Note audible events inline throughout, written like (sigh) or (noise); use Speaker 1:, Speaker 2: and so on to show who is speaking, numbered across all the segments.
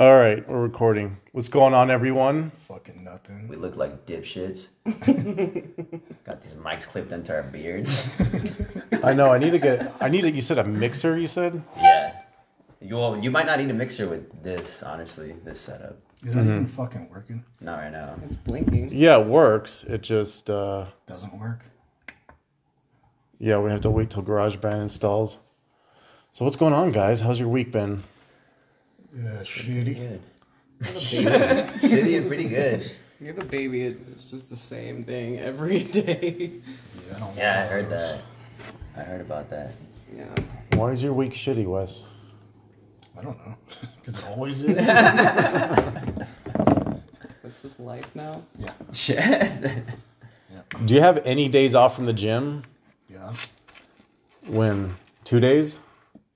Speaker 1: All right, we're recording. What's going on, everyone?
Speaker 2: Fucking nothing.
Speaker 3: We look like dipshits.
Speaker 2: (laughs)
Speaker 3: Got these mics clipped into our beards. (laughs)
Speaker 1: I know I need to get. I need to. You said a mixer. You said.
Speaker 3: yeah. You well, you might not need a mixer with this, honestly, this setup.
Speaker 2: Is that even fucking working?
Speaker 3: Not right now.
Speaker 4: It's blinking.
Speaker 1: Yeah, it works. It just. uh
Speaker 2: Doesn't work.
Speaker 1: Yeah, we have to wait till GarageBand installs. So what's going on, guys? How's your week been?
Speaker 2: Yeah, shitty. (laughs)
Speaker 3: Good. Shitty and pretty good. (laughs)
Speaker 4: You have a baby, it- it's just the same thing every (laughs) day.
Speaker 2: Yeah, I don't
Speaker 3: Yeah, I
Speaker 2: want
Speaker 3: heard
Speaker 2: those.
Speaker 3: that. I heard about that. (laughs)
Speaker 4: Yeah.
Speaker 1: Why is your week shitty, Wes?
Speaker 2: I don't know. (laughs) Because it always is.
Speaker 4: That's just life now.
Speaker 2: yeah.
Speaker 3: Yes.
Speaker 1: Do you have any days off from the gym?
Speaker 2: Yeah.
Speaker 1: When two days?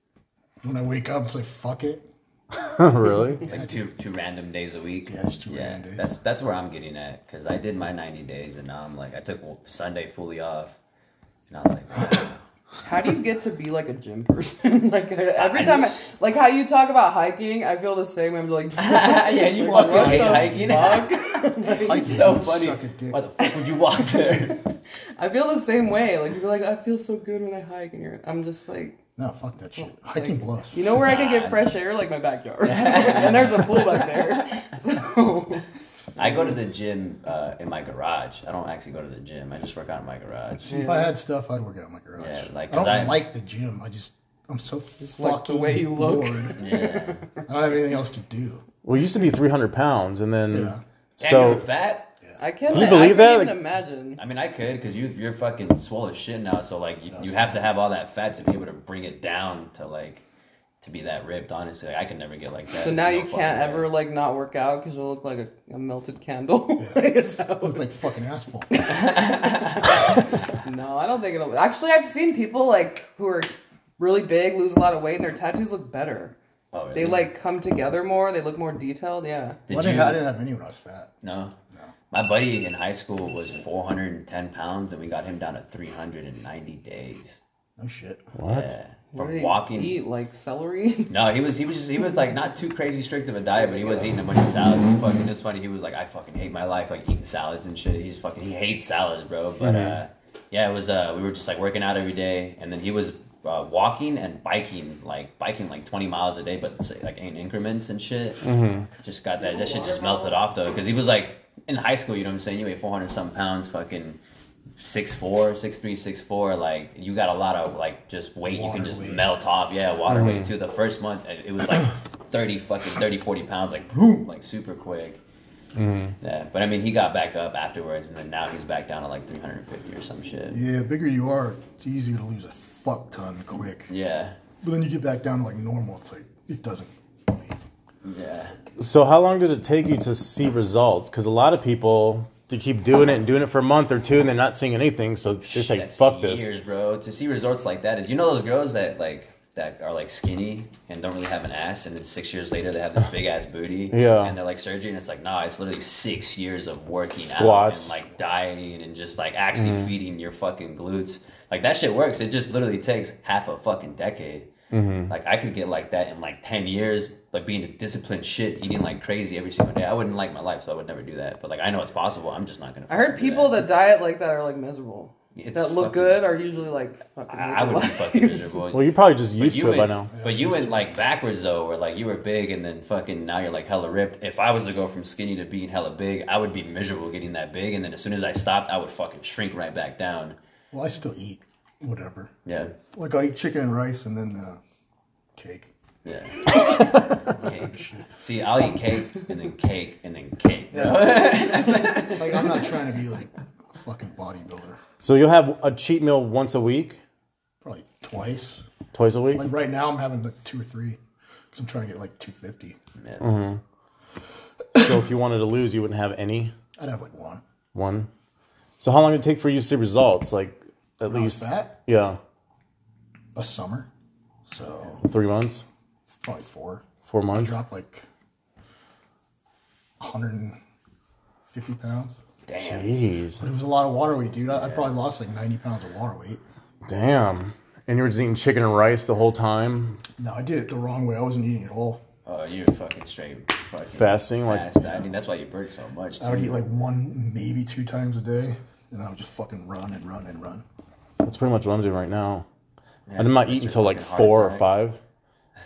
Speaker 1: (laughs)
Speaker 2: When I wake up, it's like, fuck it.
Speaker 1: really?
Speaker 3: like two two random days a week.
Speaker 2: Yeah, it's two random days.
Speaker 3: That's that's where I'm getting at because I did my 90 days and now I'm like I took Sunday fully off. And I was like, wow.
Speaker 4: How do you get to be like a gym person? (laughs) like I- every
Speaker 3: I
Speaker 4: time, I,
Speaker 3: just-
Speaker 4: like how you talk about hiking, I feel the same. way. I'm like, (laughs)
Speaker 3: yeah, you fucking
Speaker 4: what
Speaker 3: hate
Speaker 4: the
Speaker 3: hiking. (laughs)
Speaker 2: Like,
Speaker 3: It's so
Speaker 2: you
Speaker 3: funny.
Speaker 2: Suck a dick.
Speaker 3: Why the fuck would you walk there?
Speaker 4: I feel the same way. Like you're like, I feel so good when I hike, and you're, I'm just like,
Speaker 2: No, fuck that shit. Hiking blows.
Speaker 4: you know where I can
Speaker 3: Nah.
Speaker 4: get fresh air, like my backyard, (laughs) and there's a pool back (laughs) there. So
Speaker 3: I go to the gym uh, in my garage. I don't actually go to the gym. I just work out in my garage.
Speaker 2: See, (laughs) if I had stuff, I'd work out in my garage.
Speaker 3: Yeah, like,
Speaker 2: I don't
Speaker 3: 'cause I-
Speaker 2: like the gym. I just, I'm so fucking
Speaker 4: like the way you look.
Speaker 2: bored.
Speaker 3: Yeah.
Speaker 2: I don't have anything else to do.
Speaker 1: Well, it used to be three hundred pounds, and then.
Speaker 2: Yeah.
Speaker 3: (laughs) So
Speaker 1: So
Speaker 3: fat.
Speaker 4: I can't.
Speaker 1: Can you
Speaker 4: I
Speaker 1: believe
Speaker 4: can't
Speaker 1: that?
Speaker 4: Even
Speaker 1: Like-
Speaker 4: imagine.
Speaker 3: I mean, I could because you you're fucking swole as shit now. So like, you, you have to have all that fat to be able to bring it down to like to be that ripped. Honestly, like, I could never get like that.
Speaker 4: So now
Speaker 3: There's
Speaker 4: you
Speaker 3: no
Speaker 4: can't
Speaker 3: fucking
Speaker 4: ever
Speaker 3: way.
Speaker 4: like not work out because you'll look like a, a melted candle. (laughs) Like, it's
Speaker 2: I look
Speaker 4: out.
Speaker 2: like fucking asphalt.
Speaker 4: no, I don't think it'll. Actually, I've seen people like who are really big lose a lot of weight and their tattoos look better.
Speaker 3: Oh, really?
Speaker 4: They like come together more. They look more detailed. Yeah.
Speaker 3: Did
Speaker 2: I,
Speaker 3: you?
Speaker 2: didn't, I didn't have any when I was fat.
Speaker 3: No. My buddy in high school was 410 pounds, and we got him down to 390 days.
Speaker 2: No shit.
Speaker 1: what?
Speaker 3: Yeah.
Speaker 4: What do
Speaker 3: From
Speaker 4: they
Speaker 3: walking
Speaker 4: eat like celery. (laughs)
Speaker 3: No, he was he was just, he was like not too crazy strict of a diet, but he was eating a bunch of salads. He fucking it's funny. He was like, I fucking hate my life, like eating salads and shit. He's fucking he hates salads, bro. But uh, yeah, it was uh we were just like working out every day, and then he was uh, walking and biking, like biking like twenty miles a day, but say, like in increments and shit. Just got that that shit just melted off though, because he was like in high school. You know what I'm saying? You weigh four hundred something pounds, fucking. Six four, six three, six four. Like you got a lot of like just weight you
Speaker 2: Water
Speaker 3: can just
Speaker 2: weight.
Speaker 3: melt melt off. Yeah, water weight too. The first month, it it was like (coughs) 30, fucking 30, 40 pounds, like boom, like super quick. Yeah, but I mean, he got back up afterwards, and then now he's back down to like 350 or some shit.
Speaker 2: Yeah, bigger you are, it's easier to lose a fuck ton quick.
Speaker 3: Yeah,
Speaker 2: But then you get back down to like normal. It's like it doesn't leave.
Speaker 3: yeah.
Speaker 1: So how long did it take you to see results? Because a lot of people they keep doing it and doing it for a month or two, and they're not seeing anything. So they say,
Speaker 3: That's
Speaker 1: "Fuck
Speaker 3: years,
Speaker 1: this."
Speaker 3: bro. To see resorts like that is, you know, those girls that like that are like skinny and don't really have an ass, and then six years later they have this big ass booty.
Speaker 1: Yeah.
Speaker 3: and they're like surgery, and it's like, nah, it's literally six years of working
Speaker 1: Squats. Mm-hmm.
Speaker 3: out and like dieting and just like actually feeding your fucking glutes. Like that shit works. It just literally takes half a fucking decade.
Speaker 1: Mm-hmm.
Speaker 3: Like I could get like that in like ten years, like being a disciplined shit, eating like crazy every single day. I wouldn't like my life, so I would never do that. But like I know it's possible. I'm just not gonna.
Speaker 4: I
Speaker 3: fucking
Speaker 4: heard
Speaker 3: do
Speaker 4: people that diet like that are like miserable.
Speaker 3: It's
Speaker 4: that look
Speaker 3: fucking-
Speaker 4: good are usually like fucking.
Speaker 3: I, I would be
Speaker 4: miserable.
Speaker 3: fucking
Speaker 4: (laughs)
Speaker 3: miserable.
Speaker 1: Well, you're probably just used
Speaker 3: you
Speaker 1: to it by
Speaker 3: went-
Speaker 1: now.
Speaker 3: But you went like backwards though, where like you were big and then fucking now you're like hella ripped. If I was to go from skinny to being hella big, I would be miserable getting that big. And then as soon as I stopped, I would fucking shrink right back down.
Speaker 2: Well, I still eat whatever.
Speaker 3: Yeah,
Speaker 2: Like I eat chicken and rice and then uh, cake.
Speaker 1: (laughs)
Speaker 3: yeah. cake. See, I'll eat cake and then cake and then cake.
Speaker 2: Like I'm not trying to be like a fucking bodybuilder.
Speaker 1: So you'll have a cheat meal once a week,
Speaker 2: Probably twice.
Speaker 1: twice a week.
Speaker 2: Like right now, I'm having like two or three because I'm trying to get like 250.
Speaker 3: Yeah.
Speaker 1: Mm-hmm. So if you wanted to lose, you wouldn't have any
Speaker 2: I'd have like one.
Speaker 1: one. So how long did it take for you to see results? Like at
Speaker 2: I was
Speaker 1: least
Speaker 2: fat
Speaker 1: yeah,
Speaker 2: a summer, so
Speaker 1: three months,
Speaker 2: probably four.
Speaker 1: four
Speaker 2: I
Speaker 1: months.
Speaker 2: dropped like 150 pounds.
Speaker 3: Damn.
Speaker 1: Jeez,
Speaker 2: It was a lot of water weight, dude. I, I probably lost like 90 pounds of water weight.
Speaker 1: damn. And you were just eating chicken and rice the whole time.
Speaker 2: No, I did it the wrong way. I wasn't eating at all.
Speaker 3: Oh, you're fucking straight. Fucking
Speaker 1: Fasting, like-
Speaker 3: fast. I mean, that's why you burn so much.
Speaker 2: I would
Speaker 3: too.
Speaker 2: eat like one, maybe two times a day, and I would just fucking run and run and run.
Speaker 1: That's pretty much what I'm doing right now.
Speaker 3: Yeah,
Speaker 1: And I'm not
Speaker 3: that's
Speaker 1: eating
Speaker 3: your
Speaker 1: until like
Speaker 3: fucking heart
Speaker 1: four or
Speaker 3: attack.
Speaker 1: five.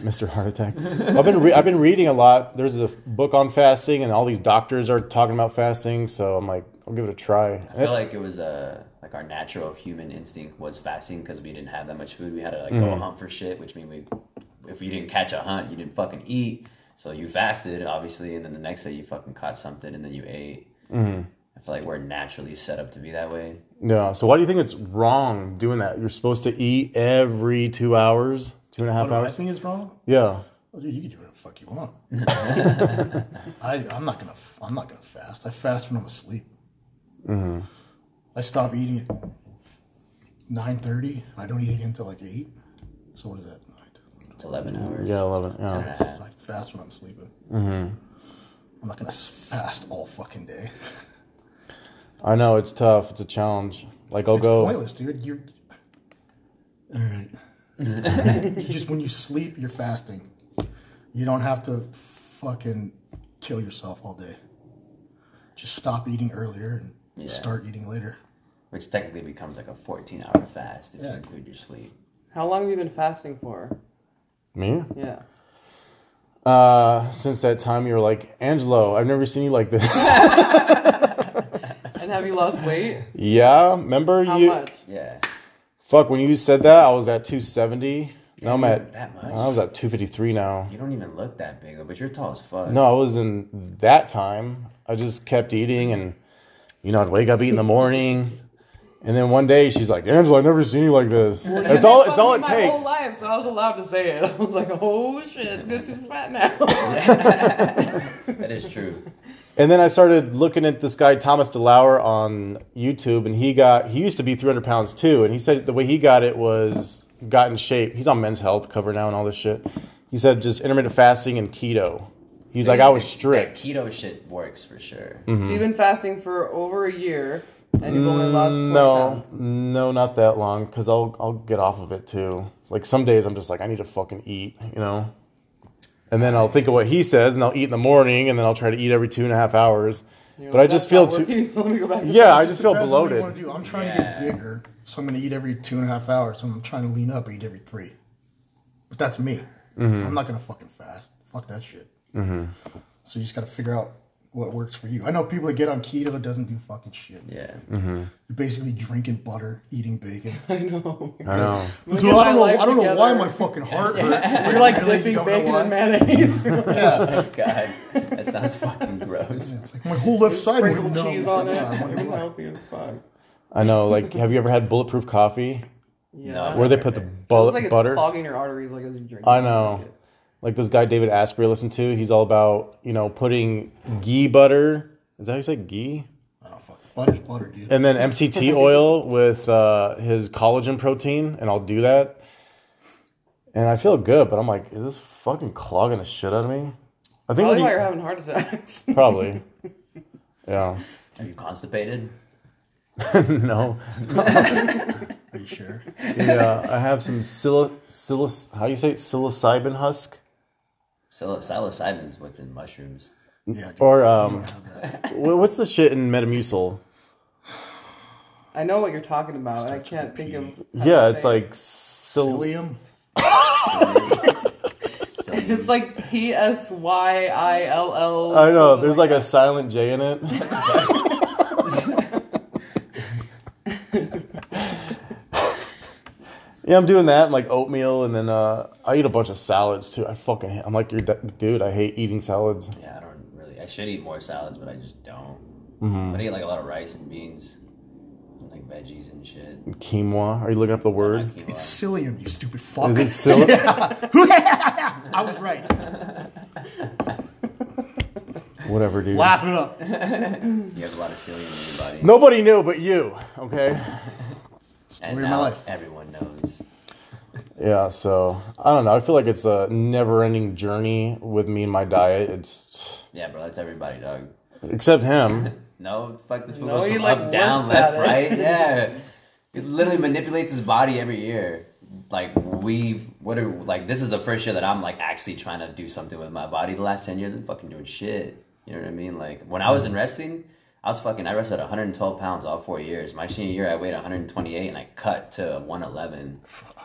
Speaker 1: Mr. Heart Attack. I've been re- I've been reading a lot. There's a f- book on fasting, and all these doctors are talking about fasting. So I'm like, I'll give it a try.
Speaker 3: I feel like it was uh, like our natural human instinct was fasting because we didn't have that much food. We had to like
Speaker 1: Mm-hmm.
Speaker 3: go hunt for shit, which means we, if you didn't catch a hunt, you didn't fucking eat. So you fasted, obviously, and then the next day you fucking caught something and then you ate.
Speaker 1: Mm-hmm.
Speaker 3: I feel like we're naturally set up to be that way.
Speaker 1: No. So why do you think it's wrong doing that? You're supposed to eat every two hours, two and a half
Speaker 2: What I
Speaker 1: hours.
Speaker 2: think is wrong?
Speaker 1: Yeah.
Speaker 2: Oh, dude, you can do whatever the fuck you want. I, I'm not gonna. I'm not gonna fast. I fast when I'm asleep. I stop eating at nine thirty. I don't eat again until like eight. So what is that?
Speaker 3: It's eleven hours.
Speaker 1: Yeah, eleven. Yeah.
Speaker 3: Uh,
Speaker 2: I fast when I'm sleeping. I'm not gonna s- fast all fucking day.
Speaker 1: I know it's tough. It's a challenge. Like I'll
Speaker 2: It's
Speaker 1: go.
Speaker 2: pointless, dude. You're all right. you (laughs) just when you sleep, you're fasting. You don't have to fucking kill yourself all day. Just stop eating earlier and
Speaker 3: Yeah.
Speaker 2: start eating later.
Speaker 3: which technically becomes like a fourteen-hour fast if you
Speaker 2: Yeah.
Speaker 3: include your sleep.
Speaker 4: How long have you been fasting for?
Speaker 1: Me?
Speaker 4: Yeah.
Speaker 1: Uh, since that time, you were like Angelo. I've never seen you like this.
Speaker 4: And have you lost
Speaker 1: (laughs)
Speaker 4: weight?
Speaker 1: yeah. Remember
Speaker 4: How
Speaker 1: you?
Speaker 4: much?
Speaker 3: Yeah,
Speaker 1: Fuck. When you said that, I was at two seventy. Now I'm at.
Speaker 3: that much.
Speaker 1: I was at two fifty three now.
Speaker 3: You don't even look that big, but you're tall as fuck.
Speaker 1: No, I wasn't that time. I just kept eating and, you know, I'd wake up, eat in the morning. And then one day she's like, Angela, I've never seen you like this. it's all it's all it
Speaker 4: my
Speaker 1: takes.
Speaker 4: whole life, so I was allowed to say it. (laughs) I was like, oh shit, good super fat now. (laughs)
Speaker 3: That is true.
Speaker 1: And then I started looking at this guy Thomas DeLauer on YouTube, and he got he used to be 300 pounds too, and he said the way he got it was got in shape. He's on Men's Health cover now and all this shit. He said just intermittent fasting and keto. He's like I was strict.
Speaker 3: Keto shit works for sure.
Speaker 1: Mm.
Speaker 4: So
Speaker 2: Mm-hmm.
Speaker 4: you've been fasting for over a year, and you've only lost
Speaker 2: Mm,
Speaker 4: 20
Speaker 1: No,
Speaker 4: pounds.
Speaker 1: no, not that long, because I'll I'll get off of it too. Like some days I'm just like I need to fucking eat, you know. And then I'll think of what he says, and I'll eat in the morning, and then I'll try to eat every two and a half hours.
Speaker 4: You're
Speaker 1: But
Speaker 4: like,
Speaker 1: I just
Speaker 4: "That's
Speaker 1: feel
Speaker 4: not
Speaker 1: too.
Speaker 4: working, (laughs) so let me go back to
Speaker 1: Yeah, I just feel
Speaker 2: Depends on what you
Speaker 1: bloated.
Speaker 2: wanna do. I'm trying to
Speaker 3: Yeah.
Speaker 2: get bigger, so I'm gonna eat every two and a half hours. So I'm trying to lean up, eat every three. But that's me.
Speaker 1: Mm-hmm.
Speaker 2: I'm not gonna fucking fast. Fuck that shit. So you just gotta figure out what works for you. I know people that get on keto it doesn't do fucking shit.
Speaker 3: Yeah.
Speaker 1: Mm-hmm.
Speaker 2: You're basically drinking butter,
Speaker 4: (laughs)
Speaker 2: eating bacon.
Speaker 4: I know.
Speaker 1: I know.
Speaker 4: Look
Speaker 2: Dude,
Speaker 4: at my
Speaker 2: I don't know.
Speaker 4: life
Speaker 2: I don't know why
Speaker 4: together.
Speaker 2: my fucking heart
Speaker 4: (laughs)
Speaker 2: hurts. It's
Speaker 4: You're like
Speaker 2: really, you
Speaker 4: dipping
Speaker 2: don't know
Speaker 4: bacon
Speaker 2: why?
Speaker 4: in
Speaker 2: (laughs)
Speaker 4: mayonnaise.
Speaker 2: Yeah.
Speaker 3: (laughs) God, that sounds fucking gross.
Speaker 2: It's like my whole left side
Speaker 4: Sprinkle
Speaker 2: would know.
Speaker 4: cheese
Speaker 2: It's
Speaker 4: on
Speaker 2: like,
Speaker 4: it.
Speaker 2: yeah, I
Speaker 4: (laughs)
Speaker 2: wonder why.
Speaker 4: healthy as fuck.
Speaker 1: I know. Like, have you ever had bulletproof coffee?
Speaker 4: Yeah.
Speaker 1: Where they put the
Speaker 4: Feels
Speaker 1: bullet
Speaker 4: like it's
Speaker 1: butter?
Speaker 4: clogging your arteries like as you drink.
Speaker 1: I
Speaker 4: it.
Speaker 1: know. Like this guy David Asprey, I listen to. He's all about you know putting ghee butter. Is that how you say ghee?
Speaker 2: I don't oh, fuck. Butter's butter, dude.
Speaker 1: And then (laughs) MCT oil with uh, his collagen protein, and I'll do that. And I feel good, but I'm like, is this fucking clogging the shit out of me? I
Speaker 4: Probably
Speaker 1: think when
Speaker 4: why you're
Speaker 1: Oh, you,
Speaker 4: having heart attacks. (laughs)
Speaker 1: (laughs) probably. Yeah. (laughs)
Speaker 3: Are you constipated?
Speaker 1: No.
Speaker 2: Are you sure?
Speaker 1: Yeah. uh, I have some psil psilis how do you say it? Psilocybin husk.
Speaker 3: Psil- Psilocybin's what's in mushrooms.
Speaker 2: Yeah. Dude.
Speaker 1: Or um, wh- what's the shit in Metamucil?
Speaker 4: I know what you're talking about, and I can't think of. how to
Speaker 1: Yeah,
Speaker 4: say
Speaker 1: it's
Speaker 4: it.
Speaker 1: like sil-
Speaker 2: Psyllium.
Speaker 3: Psil-
Speaker 4: (laughs) It's like P S Y I L L.
Speaker 1: I know. There's like a silent J in it. yeah, I'm doing that like oatmeal, and then uh, I eat a bunch of salads too. I fucking hate, I'm like your dude. I hate eating salads.
Speaker 3: yeah, I don't really. I should eat more salads, but I just don't.
Speaker 2: Mm-hmm.
Speaker 3: But I eat like a lot of rice and beans, and, like veggies and shit.
Speaker 1: Quinoa. Are you looking up the word?
Speaker 3: Like quinoa.
Speaker 2: It's psyllium, you stupid fuck. (laughs)
Speaker 1: Is it sil-
Speaker 2: I was right.
Speaker 1: Whatever, dude.
Speaker 2: Laugh it up.
Speaker 3: you have a lot of psyllium in your body.
Speaker 1: Nobody knew but you. Okay.
Speaker 3: and
Speaker 2: Story of my
Speaker 3: now
Speaker 2: life.
Speaker 3: everyone knows.
Speaker 1: Yeah, so I don't know. I feel like it's a never-ending journey with me and my diet. It's
Speaker 3: Yeah, bro, that's everybody, dog.
Speaker 1: except him.
Speaker 3: No, fuck this. fool
Speaker 4: No,
Speaker 3: goes
Speaker 4: he,
Speaker 3: from
Speaker 4: like,
Speaker 3: up,
Speaker 4: (laughs)
Speaker 3: down,
Speaker 4: works at
Speaker 3: left,
Speaker 4: it.
Speaker 3: right. Yeah, he literally manipulates his body every year. like we've what are like this is the first year that I'm like actually trying to do something with my body. The last ten years I'm fucking doing shit. You know what I mean? Like when I was
Speaker 4: Mm.
Speaker 3: in wrestling, I was fucking I wrestled 112 pounds all four years. My senior year I weighed 128 and I cut to 111.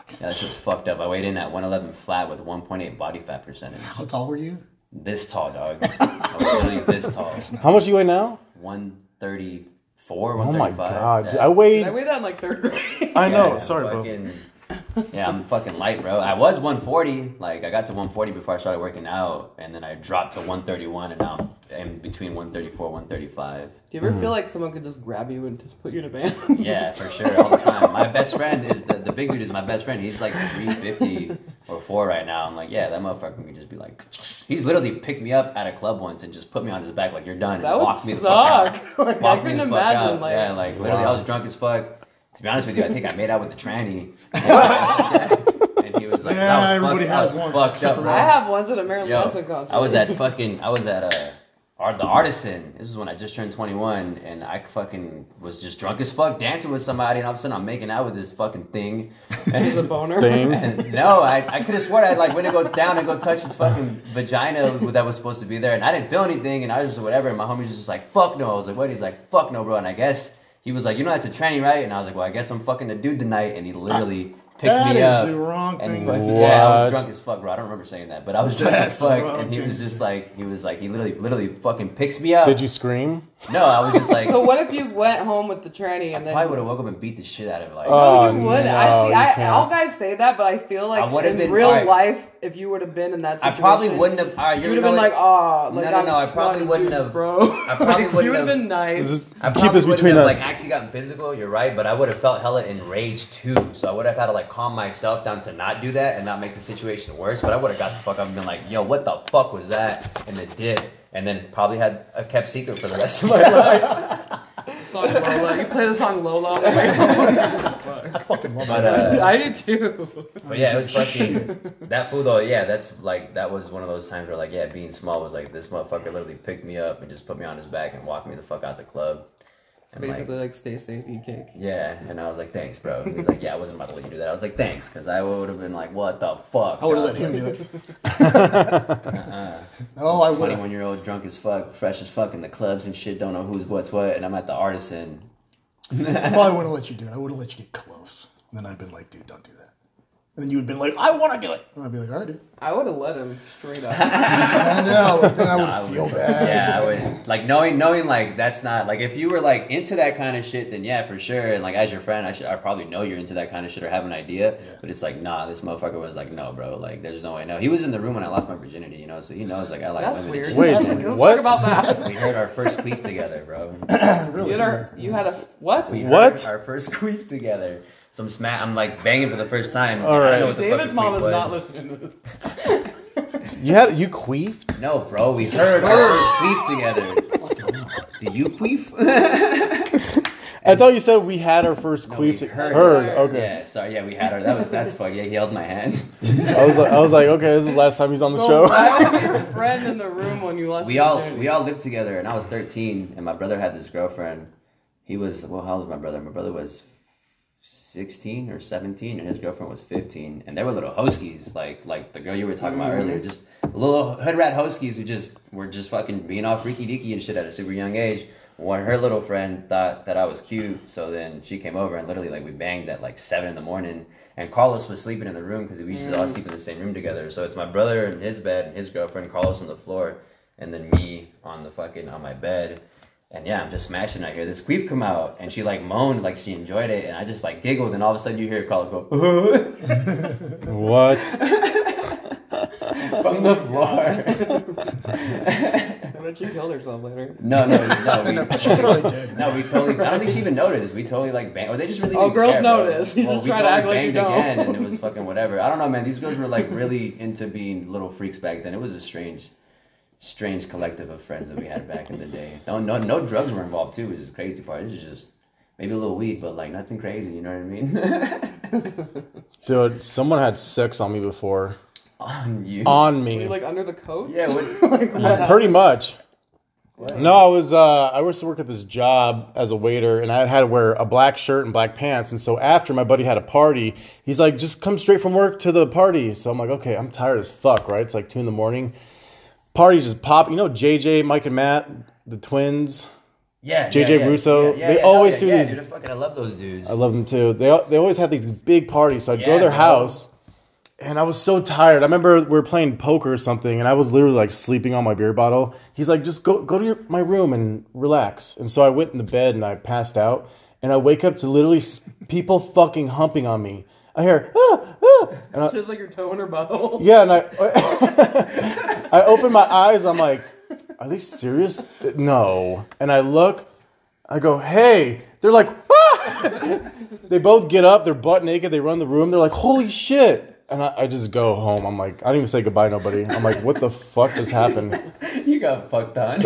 Speaker 3: Yeah, that's just fucked up. I weighed in at 111 flat with 1.8 body fat percentage.
Speaker 2: How tall were you?
Speaker 3: This tall,
Speaker 4: (laughs)
Speaker 3: dog. I was literally this tall.
Speaker 1: How much you weigh now?
Speaker 3: 134,
Speaker 1: Oh my
Speaker 3: 135.
Speaker 1: god,
Speaker 3: Yeah.
Speaker 1: I weighed.
Speaker 4: I weighed that in like third grade. (laughs)
Speaker 1: I know.
Speaker 3: Yeah,
Speaker 1: sorry, bro.
Speaker 3: fucking- Yeah, I'm fucking light, bro. I was 140. Like, I got to 140 before I started working out, and then I dropped to 131, and now I'm in between 134, 135.
Speaker 4: Do
Speaker 2: Mm.
Speaker 4: you ever feel like someone could just grab you and just put you in a van? (laughs)
Speaker 3: Yeah, for sure, all the time. My best friend is the, the big dude is my best friend. He's like 350 or four right now. I'm like, yeah, that motherfucker can just be like, he's literally picked me up at a club once and just put me on his back like you're done.
Speaker 4: That
Speaker 3: and
Speaker 4: would
Speaker 3: walked me the fuck out.
Speaker 4: suck. (laughs) Like, I
Speaker 3: Walked me
Speaker 4: couldn't
Speaker 3: the fuck
Speaker 4: imagine.
Speaker 3: out.
Speaker 4: Like,
Speaker 3: yeah, like literally,
Speaker 1: Wow.
Speaker 3: I was drunk as fuck. To be honest with you, I think I made out with the
Speaker 2: (laughs)
Speaker 3: tranny. and he was like,
Speaker 2: Yeah,
Speaker 3: I was
Speaker 2: everybody
Speaker 3: fucked,
Speaker 2: has
Speaker 3: I was
Speaker 2: once,
Speaker 3: fucked
Speaker 2: except
Speaker 3: up,
Speaker 2: for
Speaker 4: I
Speaker 3: bro.
Speaker 4: have ones at a Marilyn
Speaker 3: Yo,
Speaker 4: Manson concert.
Speaker 3: I was at fucking, I was at uh, Art the Artisan. This is when I just turned 21, and I fucking was just drunk as fuck, dancing with somebody, and all of a sudden I'm making out with this fucking thing.
Speaker 4: It was a boner.
Speaker 1: Thing.
Speaker 3: (laughs) And no, I, I could have sworn I like went to go down and go touch his fucking vagina that was supposed to be there, and I didn't feel anything, and I was just whatever. And my homie was just like, "Fuck no!" I was like, "What?" He's like, "Fuck no, bro." And I guess he was like, "You know that's a tranny, right?" And I was like, "Well, I guess I'm fucking a dude tonight." And he literally picked
Speaker 2: That
Speaker 3: me
Speaker 2: is
Speaker 3: up.
Speaker 2: the wrong
Speaker 3: and
Speaker 2: thing to
Speaker 3: fucking-
Speaker 1: say.
Speaker 3: yeah, I was
Speaker 1: What?
Speaker 3: drunk as fuck, bro. I don't remember saying that, but I was drunk
Speaker 2: That's
Speaker 3: as
Speaker 2: the
Speaker 3: fuck,
Speaker 2: wrong
Speaker 3: and he
Speaker 2: thing
Speaker 3: was
Speaker 2: to
Speaker 3: just like, he was like, he literally, literally fucking picks me up.
Speaker 1: Did you scream?
Speaker 3: No, I was just like,
Speaker 4: So what if you went home with the tranny and
Speaker 3: I
Speaker 4: then?
Speaker 3: probably would have woke up and beat the shit out of it. Like,
Speaker 5: Uh,
Speaker 4: No,
Speaker 1: Oh,
Speaker 4: you would.
Speaker 1: no,
Speaker 4: I see.
Speaker 1: you
Speaker 4: I,
Speaker 1: can't.
Speaker 4: all guys say that, but I feel like
Speaker 3: I would've
Speaker 4: in
Speaker 3: been-
Speaker 4: real
Speaker 3: alright.
Speaker 4: life, if you would have been in that
Speaker 3: I
Speaker 4: situation,
Speaker 3: probably wouldn't have. All right,
Speaker 4: You
Speaker 3: you
Speaker 4: would have
Speaker 3: know
Speaker 4: been
Speaker 3: what?
Speaker 4: like, "Ah, like
Speaker 3: No, no,
Speaker 4: I'm
Speaker 3: no, I
Speaker 4: just
Speaker 3: probably
Speaker 4: not a
Speaker 3: wouldn't
Speaker 4: dude,
Speaker 3: have-
Speaker 4: bro."
Speaker 3: I probably
Speaker 4: (laughs) you
Speaker 3: wouldn't
Speaker 4: would have
Speaker 3: have-
Speaker 4: been nice.
Speaker 1: This is-
Speaker 3: I
Speaker 1: keep
Speaker 3: probably
Speaker 1: this
Speaker 3: wouldn't
Speaker 1: between
Speaker 3: have,
Speaker 1: us.
Speaker 3: Like actually gotten physical, you're right, but I would have felt hella enraged too. So I would have had to like calm myself down to not do that and not make the situation worse. But I would have got the fuck up and been like, "Yo, what the fuck was that?" in the dip, and then probably had a kept secret for the rest of my (laughs) life.
Speaker 4: (laughs) Song Lola. You play the song
Speaker 3: (laughs)
Speaker 4: Lola. on the way.
Speaker 2: I fucking love
Speaker 3: But,
Speaker 2: that.
Speaker 4: (laughs)
Speaker 3: uh,
Speaker 4: I do too.
Speaker 3: But yeah, it was fucking that fool though. Yeah, that's like that was one of those times where like yeah, being small was like this motherfucker literally picked me up and just put me on his back and walked me the fuck out the club. And, like,
Speaker 4: Basically, like stay safe, eat cake.
Speaker 3: Yeah, and I was like, thanks, bro. He was like, yeah, I wasn't about to let you do that. I was like, thanks, because I would have been like, what the
Speaker 2: (laughs)
Speaker 3: fuck?
Speaker 2: I would have let
Speaker 3: dog?
Speaker 2: him do
Speaker 3: (laughs)
Speaker 2: it. (laughs) No, I would have.
Speaker 3: 21 year old drunk as fuck, fresh as fuck in the clubs and shit, don't know who's what's what, and I'm at the artisan.
Speaker 2: I probably wouldn't have let you do it. I would have let you get close. And then I'd been like, dude, don't do that. And then you would have been like, I want to do it. And I'd be like, all right, dude.
Speaker 4: I would have let him straight
Speaker 3: (laughs)
Speaker 4: up.
Speaker 2: I (laughs) know. But then I would
Speaker 3: I would-
Speaker 2: feel bad. (laughs)
Speaker 3: Yeah, I would like knowing knowing like that's not like if you were like into that kind of shit, then yeah, for sure. And like as your friend, I should I probably know you're into that kind of shit or have an idea. But it's like nah, this motherfucker was like no, bro. Like there's no way. No, he was in the room when I lost my virginity, you know, so he knows like I like
Speaker 4: That's
Speaker 3: women.
Speaker 4: weird.
Speaker 3: and
Speaker 1: Wait,
Speaker 4: That's weird. Let's
Speaker 1: what?
Speaker 4: talk about (laughs) that.
Speaker 3: shit. We heard our first (laughs) tweet together, bro.
Speaker 4: You had, our- you had a what?
Speaker 3: We
Speaker 1: What?
Speaker 3: heard Our first (laughs) queef together. So I'm sma- I'm like banging for the first time.
Speaker 1: All
Speaker 3: I don't
Speaker 1: right.
Speaker 3: know what the fuck
Speaker 4: David's
Speaker 3: a
Speaker 4: mom
Speaker 3: queef
Speaker 4: is
Speaker 3: was.
Speaker 4: not listening to this.
Speaker 1: You had you queefed?
Speaker 3: No, bro, we heard our first queef together. (laughs) Do you queef?
Speaker 1: I thought you said we had our first
Speaker 3: No,
Speaker 1: queef.
Speaker 3: we
Speaker 1: heard.
Speaker 3: heard.
Speaker 1: Okay.
Speaker 3: yeah, sorry, yeah, we had our. That was that's fuck. Yeah, he held my hand. (laughs)
Speaker 1: I was like, I was like, okay, this is the last time he's on the
Speaker 4: So
Speaker 1: show.
Speaker 4: why was
Speaker 1: (laughs)
Speaker 4: your friend in the room when you left?
Speaker 3: We all we all lived together, and I was 13, and my brother had this girlfriend. He was well, how old was my brother? My brother was 16 or 17, and his girlfriend was 15, and they were little hoskies, like like the girl you were talking about earlier, just little hood rat hoskies who just were just fucking being all freaky deaky and shit at a super young age. When her little friend thought that I was cute, so then she came over and literally like we banged at like seven in the morning. And Carlos was sleeping in the room because we used to all sleep in the same room together. So it's my brother in his bed and his girlfriend Carlos on the floor, and then me on the fucking on my bed. And yeah, I'm just smashing. I hear this queef come out, and she like moaned like she enjoyed it, and I just like giggled, and all of a sudden you hear Carlos go "Uh-huh,"
Speaker 1: (laughs) What?
Speaker 3: from the floor. (laughs)
Speaker 4: I bet she killed herself later.
Speaker 3: no, no, no, we,
Speaker 2: She probably did.
Speaker 3: (laughs) no, we totally. I don't think she even noticed. We totally like banged, or they just really.
Speaker 4: Oh,
Speaker 3: didn't
Speaker 4: girls
Speaker 3: care, bro.
Speaker 4: notice. You just
Speaker 3: we
Speaker 4: try to act like you don't.
Speaker 3: again, and it was fucking whatever. I don't know, man. These girls were like really into being little freaks back then. It was a strange, strange collective of friends that we had back in the day. No, no, no drugs were involved too. Which is the crazy part. It was just maybe a little weed, but like nothing crazy. You know what I mean? (laughs)
Speaker 1: Dude, someone had sex on me before.
Speaker 3: On you.
Speaker 1: On
Speaker 4: Were
Speaker 1: me.
Speaker 3: (laughs)
Speaker 4: you like under the coat?
Speaker 1: (laughs)
Speaker 3: yeah. What,
Speaker 1: Pretty much. No, I was. Uh, I used to work at this job as a waiter, and I had to wear a black shirt and black pants. And so after my buddy had a party, he's like, "Just come straight from work to the party." So I'm like, "Okay, I'm tired as fuck." Right? It's like two in the morning. Parties just pop. You know, JJ, Mike, and Matt, the twins.
Speaker 3: Yeah,
Speaker 1: JJ
Speaker 3: yeah, yeah,
Speaker 1: Russo,
Speaker 3: yeah, yeah,
Speaker 1: they
Speaker 3: yeah,
Speaker 1: always
Speaker 3: hell
Speaker 1: do
Speaker 3: yeah,
Speaker 1: these-
Speaker 3: Yeah, dude, I fucking, I love those dudes.
Speaker 1: I love them too. They they always have these big parties. So I'd go
Speaker 3: Yeah,
Speaker 1: to their
Speaker 3: bro.
Speaker 1: house, and I was so tired. I remember we were playing poker or something, and I was literally like sleeping on my beer bottle. He's like, "Just go go to your, my room and relax." And so I went in the bed and I passed out, and I wake up to literally s- people fucking humping on me. I hear, ah, ah, and I,
Speaker 5: Just like your toe in her butthole.
Speaker 1: yeah, and I, (laughs) I open my eyes. I'm like, are they serious? No. And I look. I go, hey. They're like, ah! (laughs) they both get up. They're butt naked. They run the room. They're like, holy shit. And I, I just go home. I'm like, I don't even say goodbye to nobody. I'm like, what the fuck just happened? (laughs)
Speaker 3: you got fucked on.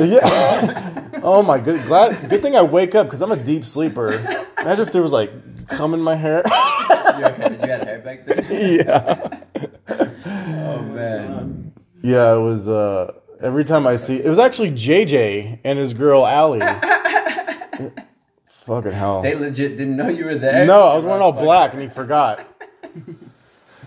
Speaker 1: Oh my good, glad, good thing I wake up because I'm a deep sleeper. Imagine if there was like cum in my hair. (laughs)
Speaker 3: you okay? Did you had hair back then?
Speaker 1: yeah.
Speaker 3: (laughs) Oh man.
Speaker 1: Yeah, it was. Uh, every time I see, it was actually JJ and his girl
Speaker 3: (laughs)
Speaker 1: Allie. Fucking hell!
Speaker 3: They legit didn't know you were there.
Speaker 1: no, I was wearing all
Speaker 3: Fuck.
Speaker 1: black and he forgot.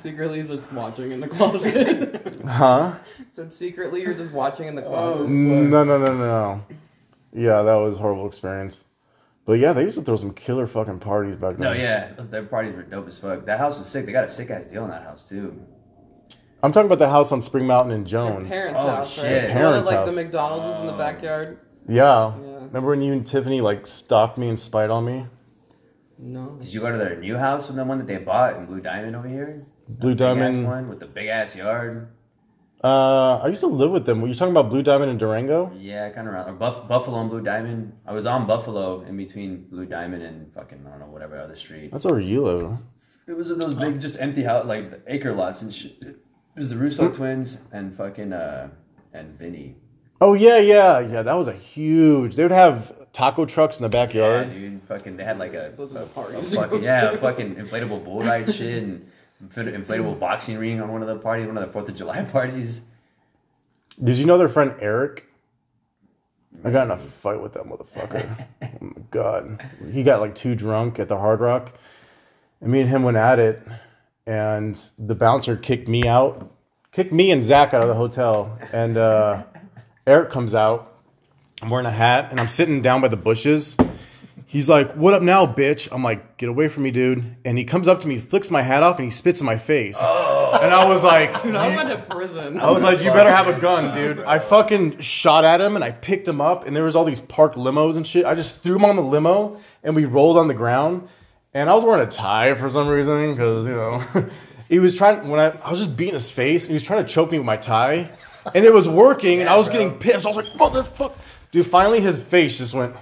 Speaker 5: Secretly, he's just watching in
Speaker 1: (laughs)
Speaker 5: the closet.
Speaker 1: Huh?
Speaker 5: so secretly, you're just watching in the
Speaker 4: Oh,
Speaker 5: closet.
Speaker 1: No, no, no, no. Yeah, that was a horrible experience. But yeah, they used to throw some killer fucking parties back then.
Speaker 3: No, yeah, those, their parties were dope as fuck. That house was sick. They got a sick ass deal in that house too.
Speaker 1: I'm talking about the house on Spring Mountain in Jones.
Speaker 5: Parents'
Speaker 3: Oh,
Speaker 5: house,
Speaker 3: shit. Oh.
Speaker 5: right? One of,
Speaker 1: Mm. Parents'
Speaker 5: like
Speaker 1: house.
Speaker 5: the McDonald's is in the backyard.
Speaker 1: Yeah.
Speaker 5: Yeah.
Speaker 1: Remember when you and Tiffany like stalked me and spied on me?
Speaker 5: No.
Speaker 3: Did you go to their new house from the one that they bought in Blue Diamond over here?
Speaker 1: Blue
Speaker 3: Big ass
Speaker 1: Diamond.
Speaker 3: one with the big ass yard.
Speaker 1: Uh, I used to live with them. Were you talking about Blue Diamond and Durango?
Speaker 3: Yeah, kind of around. Or Buff- Buffalo and Blue Diamond. I was on Buffalo in between Blue Diamond and fucking, I don't know, whatever other street.
Speaker 1: That's where you live.
Speaker 3: It was those
Speaker 5: Oh.
Speaker 3: big, just empty house, like acre lots and shit. It was the
Speaker 1: Hmm.
Speaker 3: Russo twins and fucking, uh, and Vinny.
Speaker 1: Oh yeah, yeah, yeah. That was a huge. They would have taco trucks in the
Speaker 3: Yeah,
Speaker 1: backyard.
Speaker 3: dude. Fucking, they had like a,
Speaker 5: Those are the
Speaker 3: a, a
Speaker 5: parties.
Speaker 3: fucking, yeah, a fucking inflatable bull
Speaker 5: (laughs)
Speaker 3: ride shit and infl- inflatable boxing ring on one of the party, one of the Fourth of July (laughs) parties.
Speaker 1: Did you know their friend Eric? I got in a fight with that motherfucker. oh my god, he got like too drunk at the Hard Rock, and me and him went at it, and the bouncer kicked me out, kicked me and Zach out of the hotel, and uh, Eric comes out. I'm wearing a hat and I'm sitting down by the bushes. He's like, "What up now, bitch?" I'm like, "Get away from me, dude!" And he comes up to me, flicks my hat off, and he spits in my face. And I was like,
Speaker 5: Dude, I went to prison.
Speaker 1: I was like, you better have a gun, dude. I fucking shot at him and I picked him up, and there was all these parked limos and shit. I just threw him on the limo and we rolled on the ground. And I was wearing a tie for some reason because you know (laughs) he was trying when I I was just beating his face and he was trying to choke me with my tie, and it was working. and I was getting pissed. I was like, motherfucker, dude. Finally, his face just
Speaker 5: (laughs)
Speaker 1: went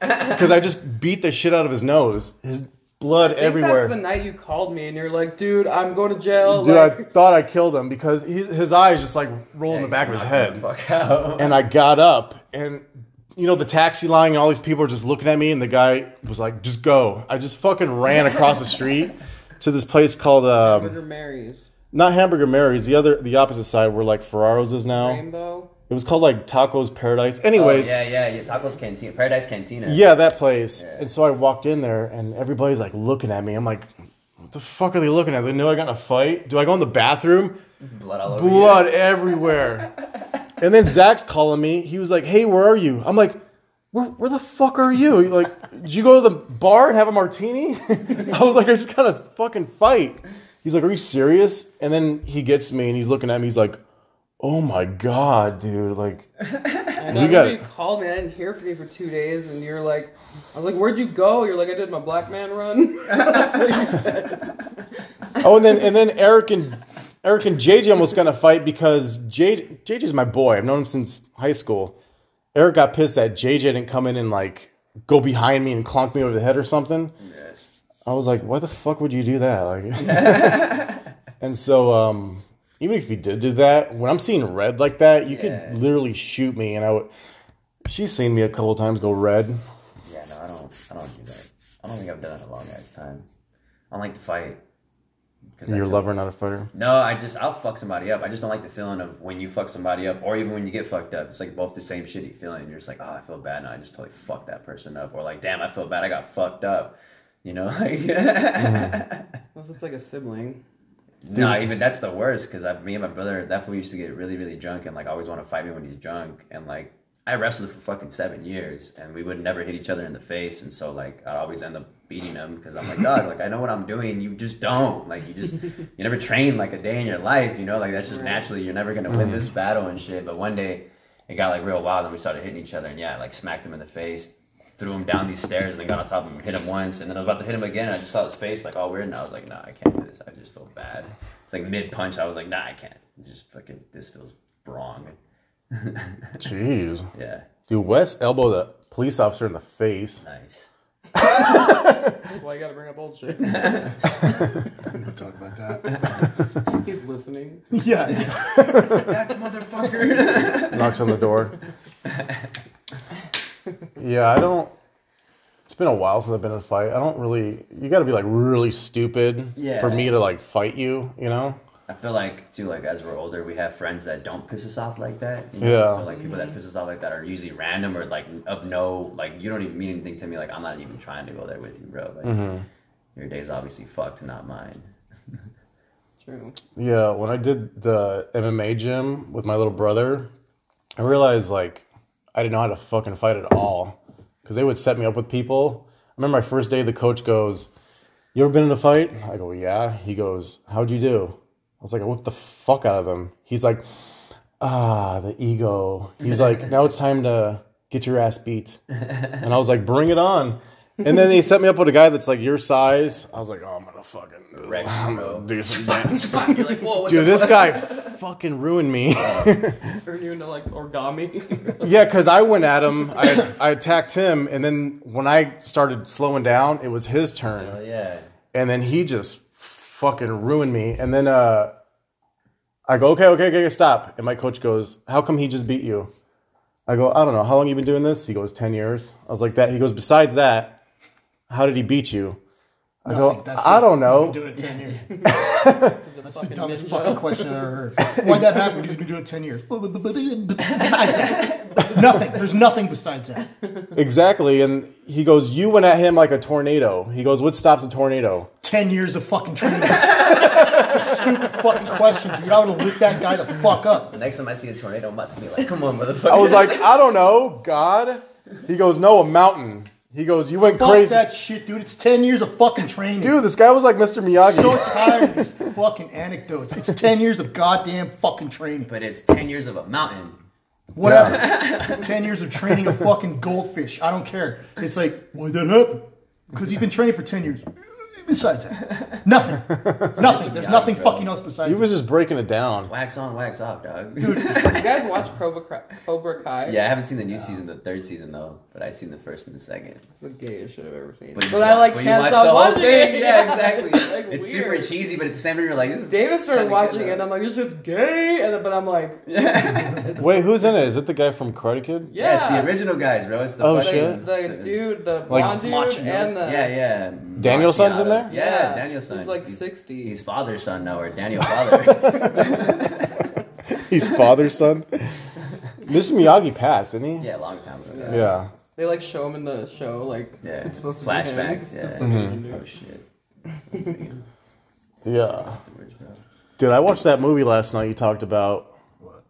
Speaker 1: because I just beat the shit out of his nose. His blood
Speaker 5: I think
Speaker 1: everywhere.
Speaker 5: That's the night you called me and you're like, dude, I'm going to jail.
Speaker 1: Dude,
Speaker 5: like,
Speaker 1: I thought I killed him because he, his eyes just like roll in the back of his head.
Speaker 3: Fuck out.
Speaker 1: and I got up and you know the taxi line and all these people are just looking at me and the guy was like just go I just fucking ran across the street to this place called um,
Speaker 5: Burger Mary's.
Speaker 1: not Hamburger Mary's the other the opposite side where like Ferraro's is now
Speaker 5: Rainbow.
Speaker 1: it was called like Tacos Paradise
Speaker 3: Oh,
Speaker 1: anyways
Speaker 3: yeah, yeah, yeah. Tacos Cantina, Paradise Cantina.
Speaker 1: Yeah, that place. And so I walked in there, and everybody's like looking at me. I'm like, what the fuck are they looking at? They know I got in a fight. Do I go in the bathroom?
Speaker 3: Blood all over you.
Speaker 1: Blood everywhere. and then Zach's calling me. He was like, hey, where are you? I'm like, where, where the fuck are you? He's Like, did you go to the bar and have a martini? (laughs) I was like, I just got in a fucking fight. He's like, are you serious? And then he gets me, and he's looking at me. He's like, oh my God, dude. Like,
Speaker 5: And
Speaker 1: We
Speaker 5: I
Speaker 1: got
Speaker 5: remember
Speaker 1: it.
Speaker 5: you called me. I didn't hear from you for two days, and you're like, I was like, where'd you go? You're like, I did my black man run. That's what you said.
Speaker 1: Oh, and then and then Eric and Eric and JJ almost got in a fight because JJ JJ's my boy. I've known him since high school. Eric got pissed that JJ didn't come in and like go behind me and clonk me over the head or something. I was like, why the fuck would you do that? Like,
Speaker 3: (laughs)
Speaker 1: and so um, even if you did do that, when I'm seeing red like that, you
Speaker 3: Yeah.
Speaker 1: could literally shoot me, and I would. She's seen me a couple times go red.
Speaker 3: Yeah, no, I don't. I don't do that. I don't think I've done it in a long ass time. I don't like to fight. 'Cause I
Speaker 1: You're a
Speaker 3: feel-
Speaker 1: lover, not a fighter.
Speaker 3: No, I just I'll fuck somebody up. I just don't like the feeling of when you fuck somebody up, or even when you get fucked up. It's like both the same shitty feeling. You're just like, oh, I feel bad now. I just totally fucked that person up, or like, damn, I feel bad. I got fucked up. You know, (laughs) like,
Speaker 5: Unless it's like a sibling.
Speaker 3: no, even that's the worst because me and my brother, that fool used to get really, really drunk and like always want to fight me when he's drunk. And like, I wrestled for fucking seven years, and we would never hit each other in the face. And so like, I'd always end up beating him because I'm like, dog, like I know what I'm doing. You just don't. Like you just you never train like a day in your life. You know, like that's just naturally you're never gonna win this battle and shit. But one day it got like real wild and we started hitting each other and yeah, I, like smacked him in the face, threw him down these stairs and then got on top of him and hit him once and then I was about to hit him again and I just saw his face like all weird and I was like, nah, I can't do this. I just feel bad. It's like mid punch, I was like, nah, I can't. It just fucking this feels wrong.
Speaker 1: Jeez.
Speaker 3: Yeah.
Speaker 1: Dude, Wes elbowed a police officer in the face.
Speaker 3: Nice.
Speaker 5: That's why you gotta bring up old shit.
Speaker 2: We'll talk about that.
Speaker 5: (laughs) He's listening.
Speaker 2: (laughs) yeah. yeah.
Speaker 3: That motherfucker.
Speaker 1: Knocks on the
Speaker 3: (laughs)
Speaker 1: door. yeah, I don't. It's been a while since I've been in a fight. I don't really. You got to be like really stupid
Speaker 3: Yeah.
Speaker 1: for me to like fight you. You know.
Speaker 3: (laughs) I feel like too, like as we're older, we have friends that don't piss us off like that. you
Speaker 1: Yeah.
Speaker 3: So like people that piss us off like that are usually random or like of no, like you don't even mean anything to me. Like I'm not even trying to go there with you, bro. Like
Speaker 1: Mm-hmm.
Speaker 3: your day's obviously fucked, not mine.
Speaker 5: True.
Speaker 1: Yeah, when I did the MMA gym with my little brother, I realized like I didn't know how to fucking fight at all because they would set me up with people. I remember my first day, the coach goes, "You ever been in a fight?" I go, "Yeah." He goes, "How'd you do?" I was like, "I whipped the fuck out of them." He's like, "Ah, the ego." He's like, "Now it's time to get your ass beat," and I was like, "Bring it on." And then they set me up with a guy that's like your size. I was like, "Oh, I'm gonna fucking,
Speaker 3: Wreck you,
Speaker 1: I'm
Speaker 3: bro."
Speaker 1: gonna do some damage."
Speaker 3: You're like, whoa, what
Speaker 1: Dude, this
Speaker 2: (laughs)
Speaker 1: guy fucking ruined me.
Speaker 5: Turn you into like (laughs) origami.
Speaker 1: yeah, because I went at him, I, I attacked him, and then when I started slowing down, it was his
Speaker 3: Oh,
Speaker 1: turn,
Speaker 3: yeah.
Speaker 1: and then he just fucking ruined me. And then uh, I go, okay, okay, okay, stop. And my coach goes, how come he just beat you? I go, I don't know. How long you been doing this? He goes, ten years. I was like that. He goes, besides that, how did he beat you? I go, I
Speaker 2: it.
Speaker 1: don't know.
Speaker 2: He's been doing it 10 years. That's the dumbest fucking question I ever heard. Why'd that happen? He's been doing it 10 years. besides that. Nothing. There's nothing besides that.
Speaker 1: Exactly. And he goes, you went at him like a tornado. He goes, what stops a tornado?
Speaker 2: 10 years of fucking training. It's a stupid fucking question, dude. I would have lit that guy the fuck up.
Speaker 3: Next time I see a tornado, I'm about to be like, come on, motherfucker.
Speaker 1: I was like, I don't know, God. He goes, no, a mountain. He goes, you went
Speaker 2: Fuck
Speaker 1: crazy.
Speaker 2: that shit, dude. It's 10 years of fucking training.
Speaker 1: Dude, this guy was like Mr. Miyagi.
Speaker 2: so tired of these fucking anecdotes. It's 10 years of goddamn fucking training.
Speaker 3: but it's 10 years of a mountain.
Speaker 2: Whatever. 10 years of training a fucking goldfish. I don't care. It's like, why'd that happen? Because he's been training for 10 years. Besides that, nothing. Nothing. There's nothing fucking else besides
Speaker 1: he
Speaker 2: that.
Speaker 1: was just breaking it down.
Speaker 3: Wax on, wax off, dog. (laughs)
Speaker 5: you guys watch Cobra, Cra- Cobra Kai?
Speaker 3: yeah, I haven't seen the new season, the third season, though, but I've seen the first and the second.
Speaker 5: It's the gayest shit I've ever seen.
Speaker 3: But, you
Speaker 5: But I like
Speaker 3: but you
Speaker 5: can't
Speaker 3: watch
Speaker 5: stop
Speaker 3: the whole
Speaker 5: watching
Speaker 3: thing.
Speaker 5: it.
Speaker 3: (laughs) Yeah, exactly.
Speaker 5: Like,
Speaker 3: it's
Speaker 5: weird.
Speaker 3: super cheesy, but at the same time, you're like, this is
Speaker 5: David started
Speaker 3: kinda good,
Speaker 5: watching it,
Speaker 3: though.
Speaker 5: and I'm like, this shit's gay, and but I'm like, yeah,
Speaker 1: Wait, who's in it? Is it the guy from Karate Kid?
Speaker 3: Yeah, it's the original guys, bro. It's the
Speaker 1: Oh,
Speaker 3: fucking,
Speaker 1: shit.
Speaker 5: the dude, the blonde dude,
Speaker 2: Macho.
Speaker 5: and the
Speaker 3: yeah, yeah.
Speaker 1: Danielson's in there?
Speaker 3: Yeah, Danielson.
Speaker 5: He's like
Speaker 3: he's,
Speaker 5: 60.
Speaker 3: He's father's son now, or
Speaker 5: (laughs)
Speaker 3: Daniel father.
Speaker 1: He's father's son. Mr. Miyagi passed, didn't he?
Speaker 3: yeah, long time ago.
Speaker 1: Yeah.
Speaker 5: they like show him in the show, like
Speaker 3: Yeah.
Speaker 5: it's supposed to
Speaker 3: Flashbacks.
Speaker 5: Be him.
Speaker 3: Yeah.
Speaker 5: It's just like-
Speaker 3: Oh shit.
Speaker 1: Yeah.
Speaker 3: (laughs)
Speaker 1: Dude, I watched that movie last night you talked about.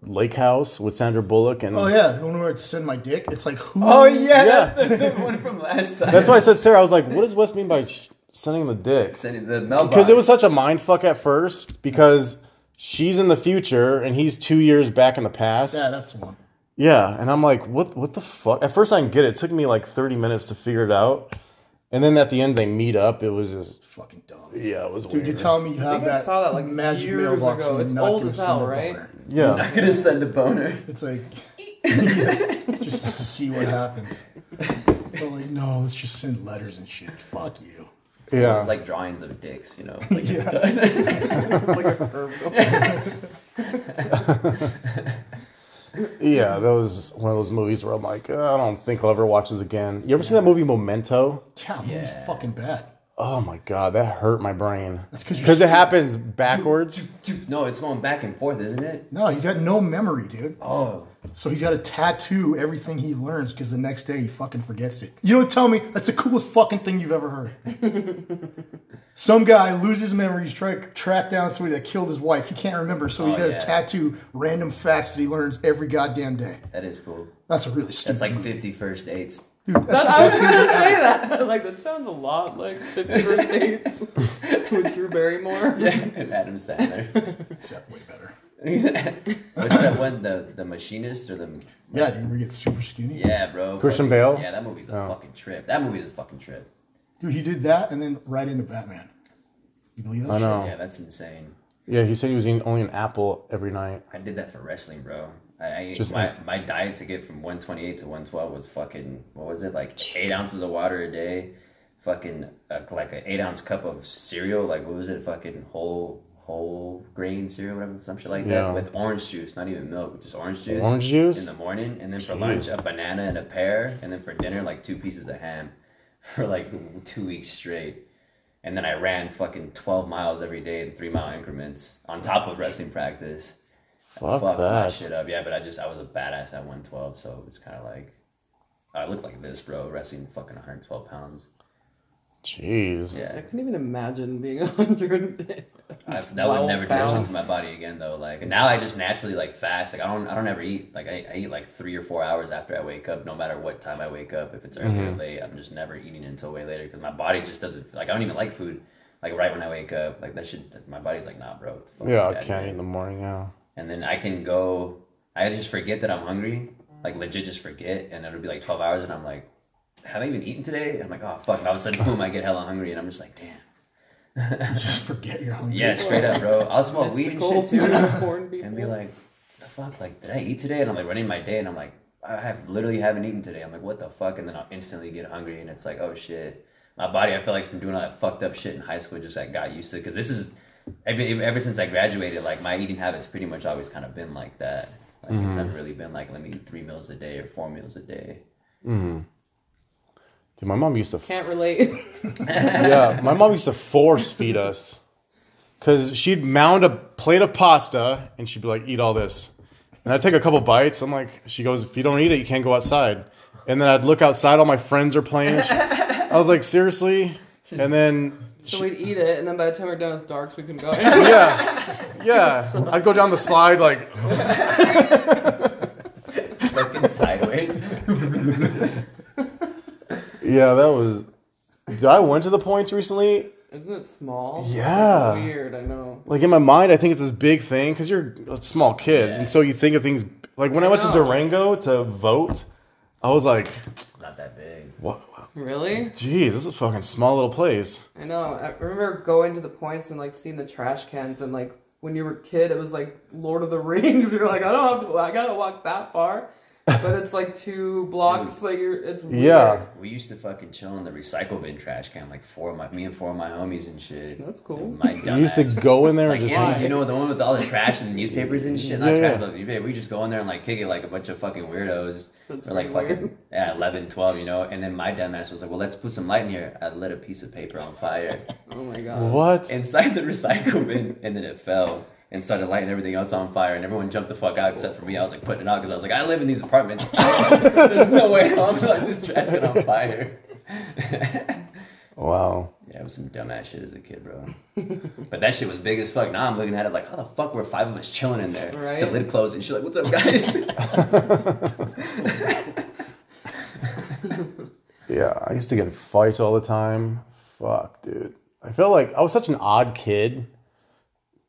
Speaker 1: Lake House with Sandra Bullock and
Speaker 2: Oh yeah, the one where it's send my dick. It's like who?
Speaker 3: Oh yeah,
Speaker 1: Yeah.
Speaker 3: that's the, the one from last time.
Speaker 1: that's why I said Sarah. I was like, "What does Wes mean by sh- sending the dick?"
Speaker 3: Sending the mailbox.
Speaker 1: because it was such a mind fuck at first because she's in the future and he's two years back in the past.
Speaker 2: yeah, that's the one.
Speaker 1: Yeah, and I'm like, what? What the fuck? At first, I didn't get it. It took me like 30 minutes to figure it out, and then at the end, they meet up. It was just
Speaker 2: Fucking dumb.
Speaker 1: yeah, it was
Speaker 2: Dude, you're
Speaker 1: weird.
Speaker 2: telling me you have
Speaker 5: I
Speaker 2: that,
Speaker 5: saw that, like,
Speaker 2: magic
Speaker 5: years
Speaker 2: mailbox
Speaker 5: ago.
Speaker 2: and you're
Speaker 5: It's
Speaker 2: not
Speaker 5: old
Speaker 2: gonna
Speaker 5: as
Speaker 2: send
Speaker 5: hell,
Speaker 2: the
Speaker 5: right?
Speaker 2: boner.
Speaker 1: yeah,
Speaker 3: gonna send a boner.
Speaker 2: It's
Speaker 3: (laughs)
Speaker 2: like yeah, just see what happens. But like, no, let's just send letters and shit. Fuck you.
Speaker 1: (laughs)
Speaker 3: (laughs)
Speaker 1: yeah.
Speaker 3: It's like drawings of dicks,
Speaker 1: (laughs)
Speaker 3: you know. Like (laughs)
Speaker 1: yeah, that was one of those movies where I'm "Uh, like, I don't think I'll ever watch this again. You ever seen that movie Memento?
Speaker 2: Yeah, movie's fucking bad.
Speaker 1: Oh my god, that hurt my brain.
Speaker 2: 'cause you're
Speaker 1: Because it
Speaker 2: stupid.
Speaker 1: happens
Speaker 2: (laughs)
Speaker 1: backwards.
Speaker 3: No, it's going back and forth, isn't it?
Speaker 2: No, he's got no memory, dude.
Speaker 3: Oh.
Speaker 2: So he's got to tattoo everything he learns because the next day he fucking forgets it. You don't tell me that's the coolest fucking thing you've ever heard.
Speaker 3: (laughs)
Speaker 2: Some guy loses memories, track track down somebody that killed his wife. He can't remember, so he's
Speaker 3: Oh,
Speaker 2: got to
Speaker 3: yeah.
Speaker 2: tattoo random facts that he learns every goddamn day.
Speaker 3: That is cool.
Speaker 2: That's a really stupid.
Speaker 3: That's like 50 first dates. (laughs)
Speaker 2: dude,
Speaker 5: That,
Speaker 2: that's
Speaker 5: I was gonna say that. (laughs) Like that sounds a lot like Fifty First Dates (laughs) with Drew
Speaker 3: (laughs)
Speaker 5: Barrymore.
Speaker 1: (laughs)
Speaker 3: Adam Sandler.
Speaker 2: that's way better.
Speaker 3: What's that one? The the machinist or the
Speaker 2: Yeah, dude, we get super skinny.
Speaker 3: yeah, bro.
Speaker 1: Christian
Speaker 3: fucking-
Speaker 1: Bale?
Speaker 3: Yeah, that movie's a fucking trip. That movie's a fucking trip.
Speaker 2: Dude, he did that and then right into Batman. You believe that?
Speaker 1: I know.
Speaker 3: Yeah, that's insane.
Speaker 1: Yeah, he said he was eating only an apple every night.
Speaker 3: I did that for wrestling, bro. I, I
Speaker 1: Just
Speaker 3: my,
Speaker 1: like-
Speaker 3: my diet to get from 128 to 112 was fucking what was it like eight ounces of water a day, fucking uh, like an eight ounce cup of cereal, like what was it, fucking whole whole grain cereal, whatever, some shit like
Speaker 1: Yeah.
Speaker 3: that, with orange juice, not even milk, just orange juice.
Speaker 1: Orange juice?
Speaker 3: in the morning, and then for lunch a banana and a pear, and then for dinner like two pieces of ham, (laughs) for like two weeks straight. And then I ran fucking 12 miles every day in three mile increments on top of wrestling practice
Speaker 1: Fuck,
Speaker 3: fucked my
Speaker 1: that.
Speaker 3: shit up. Yeah, but I just I was a badass at 112, so it was kind of like I look like this, bro, wrestling fucking 112 pounds.
Speaker 1: Jeez.
Speaker 5: I
Speaker 3: Yeah,
Speaker 5: couldn't even imagine being (laughs) a hundred.
Speaker 3: I, that would never do
Speaker 5: pounds.
Speaker 3: into my body again though. Like now, I just naturally like fast. Like I don't I don't ever eat. Like I, I eat like three or four hours after I wake up, no matter what time I wake up. If it's early or late, I'm just never eating until way later because my body just doesn't like I don't even like food. Like right when I wake up, like that should my body's like nah, bro. what the fuck
Speaker 1: Yeah,
Speaker 3: you
Speaker 1: I
Speaker 3: got,
Speaker 1: can't
Speaker 3: man?
Speaker 1: eat in the morning. Yeah.
Speaker 3: and then I can go. I just forget that I'm hungry, like legit, just forget, and it'll be like twelve hours, and I'm like, have I even eaten today? And I'm like, oh fuck! And all of a sudden, (laughs) boom, I get hella hungry, and I'm just like, damn.
Speaker 2: (laughs) Just forget your hungry.
Speaker 3: Yeah, straight up, bro. I'll smoke weed and shit too, (laughs)
Speaker 5: corn people.
Speaker 3: Oh, and be like, the fuck, like, did I eat today? And I'm like running my day, and I'm like, I have literally haven't eaten today. I'm like, what the fuck? And then I'll instantly get hungry, and it's like, oh shit. My body, I feel like from doing all that fucked up shit in high school, just like got used to because this is ever, ever since I graduated, like my eating habits pretty much always kind of been like that. Like
Speaker 1: Mm-hmm.
Speaker 3: it's never really been like let me eat three meals a day or four meals a day.
Speaker 1: Dude, my mom used to.
Speaker 5: Can't relate.
Speaker 3: (laughs)
Speaker 1: yeah, my mom used to force feed us because she'd mound a plate of pasta and she'd be like, "Eat all this," and I'd take a couple bites. I'm like, she goes, "If you don't eat it, you can't go outside." And then I'd look outside, all my friends are playing. She- I was like, seriously. And then,
Speaker 5: So we'd eat it, and then by the time we're done, it's dark, so we couldn't
Speaker 3: (laughs)
Speaker 5: go. (laughs) anywhere.
Speaker 1: yeah, yeah, I'd go down the slide like,
Speaker 3: Fucking sideways.
Speaker 1: yeah, that was. Dude, I went to the points recently
Speaker 5: Isn't it small?
Speaker 1: Yeah.
Speaker 5: Weird. I know.
Speaker 1: like in my mind, I think it's this big thing because you're a small kid,
Speaker 3: Yeah.
Speaker 1: and so you think of things. Like when I, went to
Speaker 5: know.
Speaker 1: Durango to vote, I was like,
Speaker 3: It's not that big.
Speaker 1: "What?
Speaker 5: Really?
Speaker 1: Geez, this is a fucking small little place."
Speaker 5: I know. I remember going to the points and like seeing the trash cans and like when you were a kid, it was like Lord of the Rings. (laughs) You're like, I don't have to. I gotta walk that far, but it's like two blocks. Like you're. It's weird.
Speaker 1: Yeah.
Speaker 3: We used to fucking chill in the recycle bin trash can, like four of my me and four of my homies and shit.
Speaker 5: That's cool.
Speaker 3: My
Speaker 1: You used to
Speaker 3: dumbass.
Speaker 1: go in there and
Speaker 3: Like,
Speaker 1: just
Speaker 3: yeah,
Speaker 1: hang.
Speaker 3: you know the one with all the trash and newspapers and shit. Not
Speaker 1: Yeah, yeah.
Speaker 3: trash, but newspaper. We just go in there and like kick it like a bunch of fucking weirdos.
Speaker 5: That's
Speaker 3: We're like
Speaker 5: pretty
Speaker 3: fucking
Speaker 5: weird.
Speaker 3: yeah, 11, 12, you know. And then my dumbass was like, "Well, let's put some light in here." I lit a piece of paper on
Speaker 1: (laughs)
Speaker 3: fire
Speaker 5: Oh my god.
Speaker 1: What?
Speaker 3: inside the recycle bin, and then it fell and started lighting everything else on fire. And everyone jumped the fuck out except for me. I was like putting it out because I was like, "I live in these apartments. (laughs) There's no way I'm like this trash can on fire."
Speaker 1: Wow.
Speaker 3: Yeah, it was some dumbass shit as a kid, bro. (laughs) but that shit was big as fuck. Now I'm looking at it like, how the fuck were five of us chilling in there?
Speaker 5: Right.
Speaker 3: The lid closed, and she's like, "What's up,
Speaker 5: (laughs)
Speaker 3: guys?"
Speaker 1: Yeah, I used to get in fights all the time. Fuck, dude. I felt like I was such an odd kid.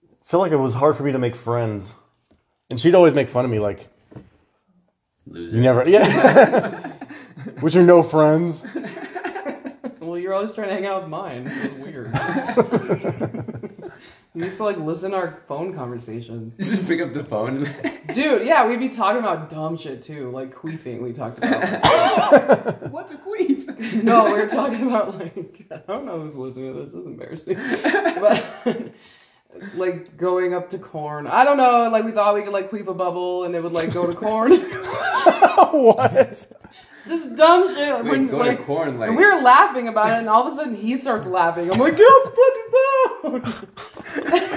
Speaker 1: I feel like it was hard for me to make friends, and she'd always make fun of me like,
Speaker 3: Loser.
Speaker 1: "You never, (laughs) yeah." (laughs) Which are no friends. (laughs)
Speaker 5: Well, you're always trying to hang out with mine.
Speaker 6: (laughs)
Speaker 5: It's weird. we used to like listen to our phone conversations.
Speaker 3: You (laughs) just pick up the phone. And (laughs)
Speaker 5: Dude, yeah, we'd be talking about dumb shit too, like queefing. We
Speaker 6: (laughs)
Speaker 5: talked about.
Speaker 3: What's a queef?
Speaker 5: no, we were talking about like I don't know who's listening. to This This is embarrassing, but (laughs) like going up to corn. I don't know. Like we thought we could like queef a bubble and it would like go to corn.
Speaker 1: what?
Speaker 5: (laughs) Just dumb shit. Like, when,
Speaker 6: Wait, going to
Speaker 5: like,
Speaker 6: corn like
Speaker 5: and we were laughing about it, and all of a sudden he starts laughing. I'm like, get off the fucking phone!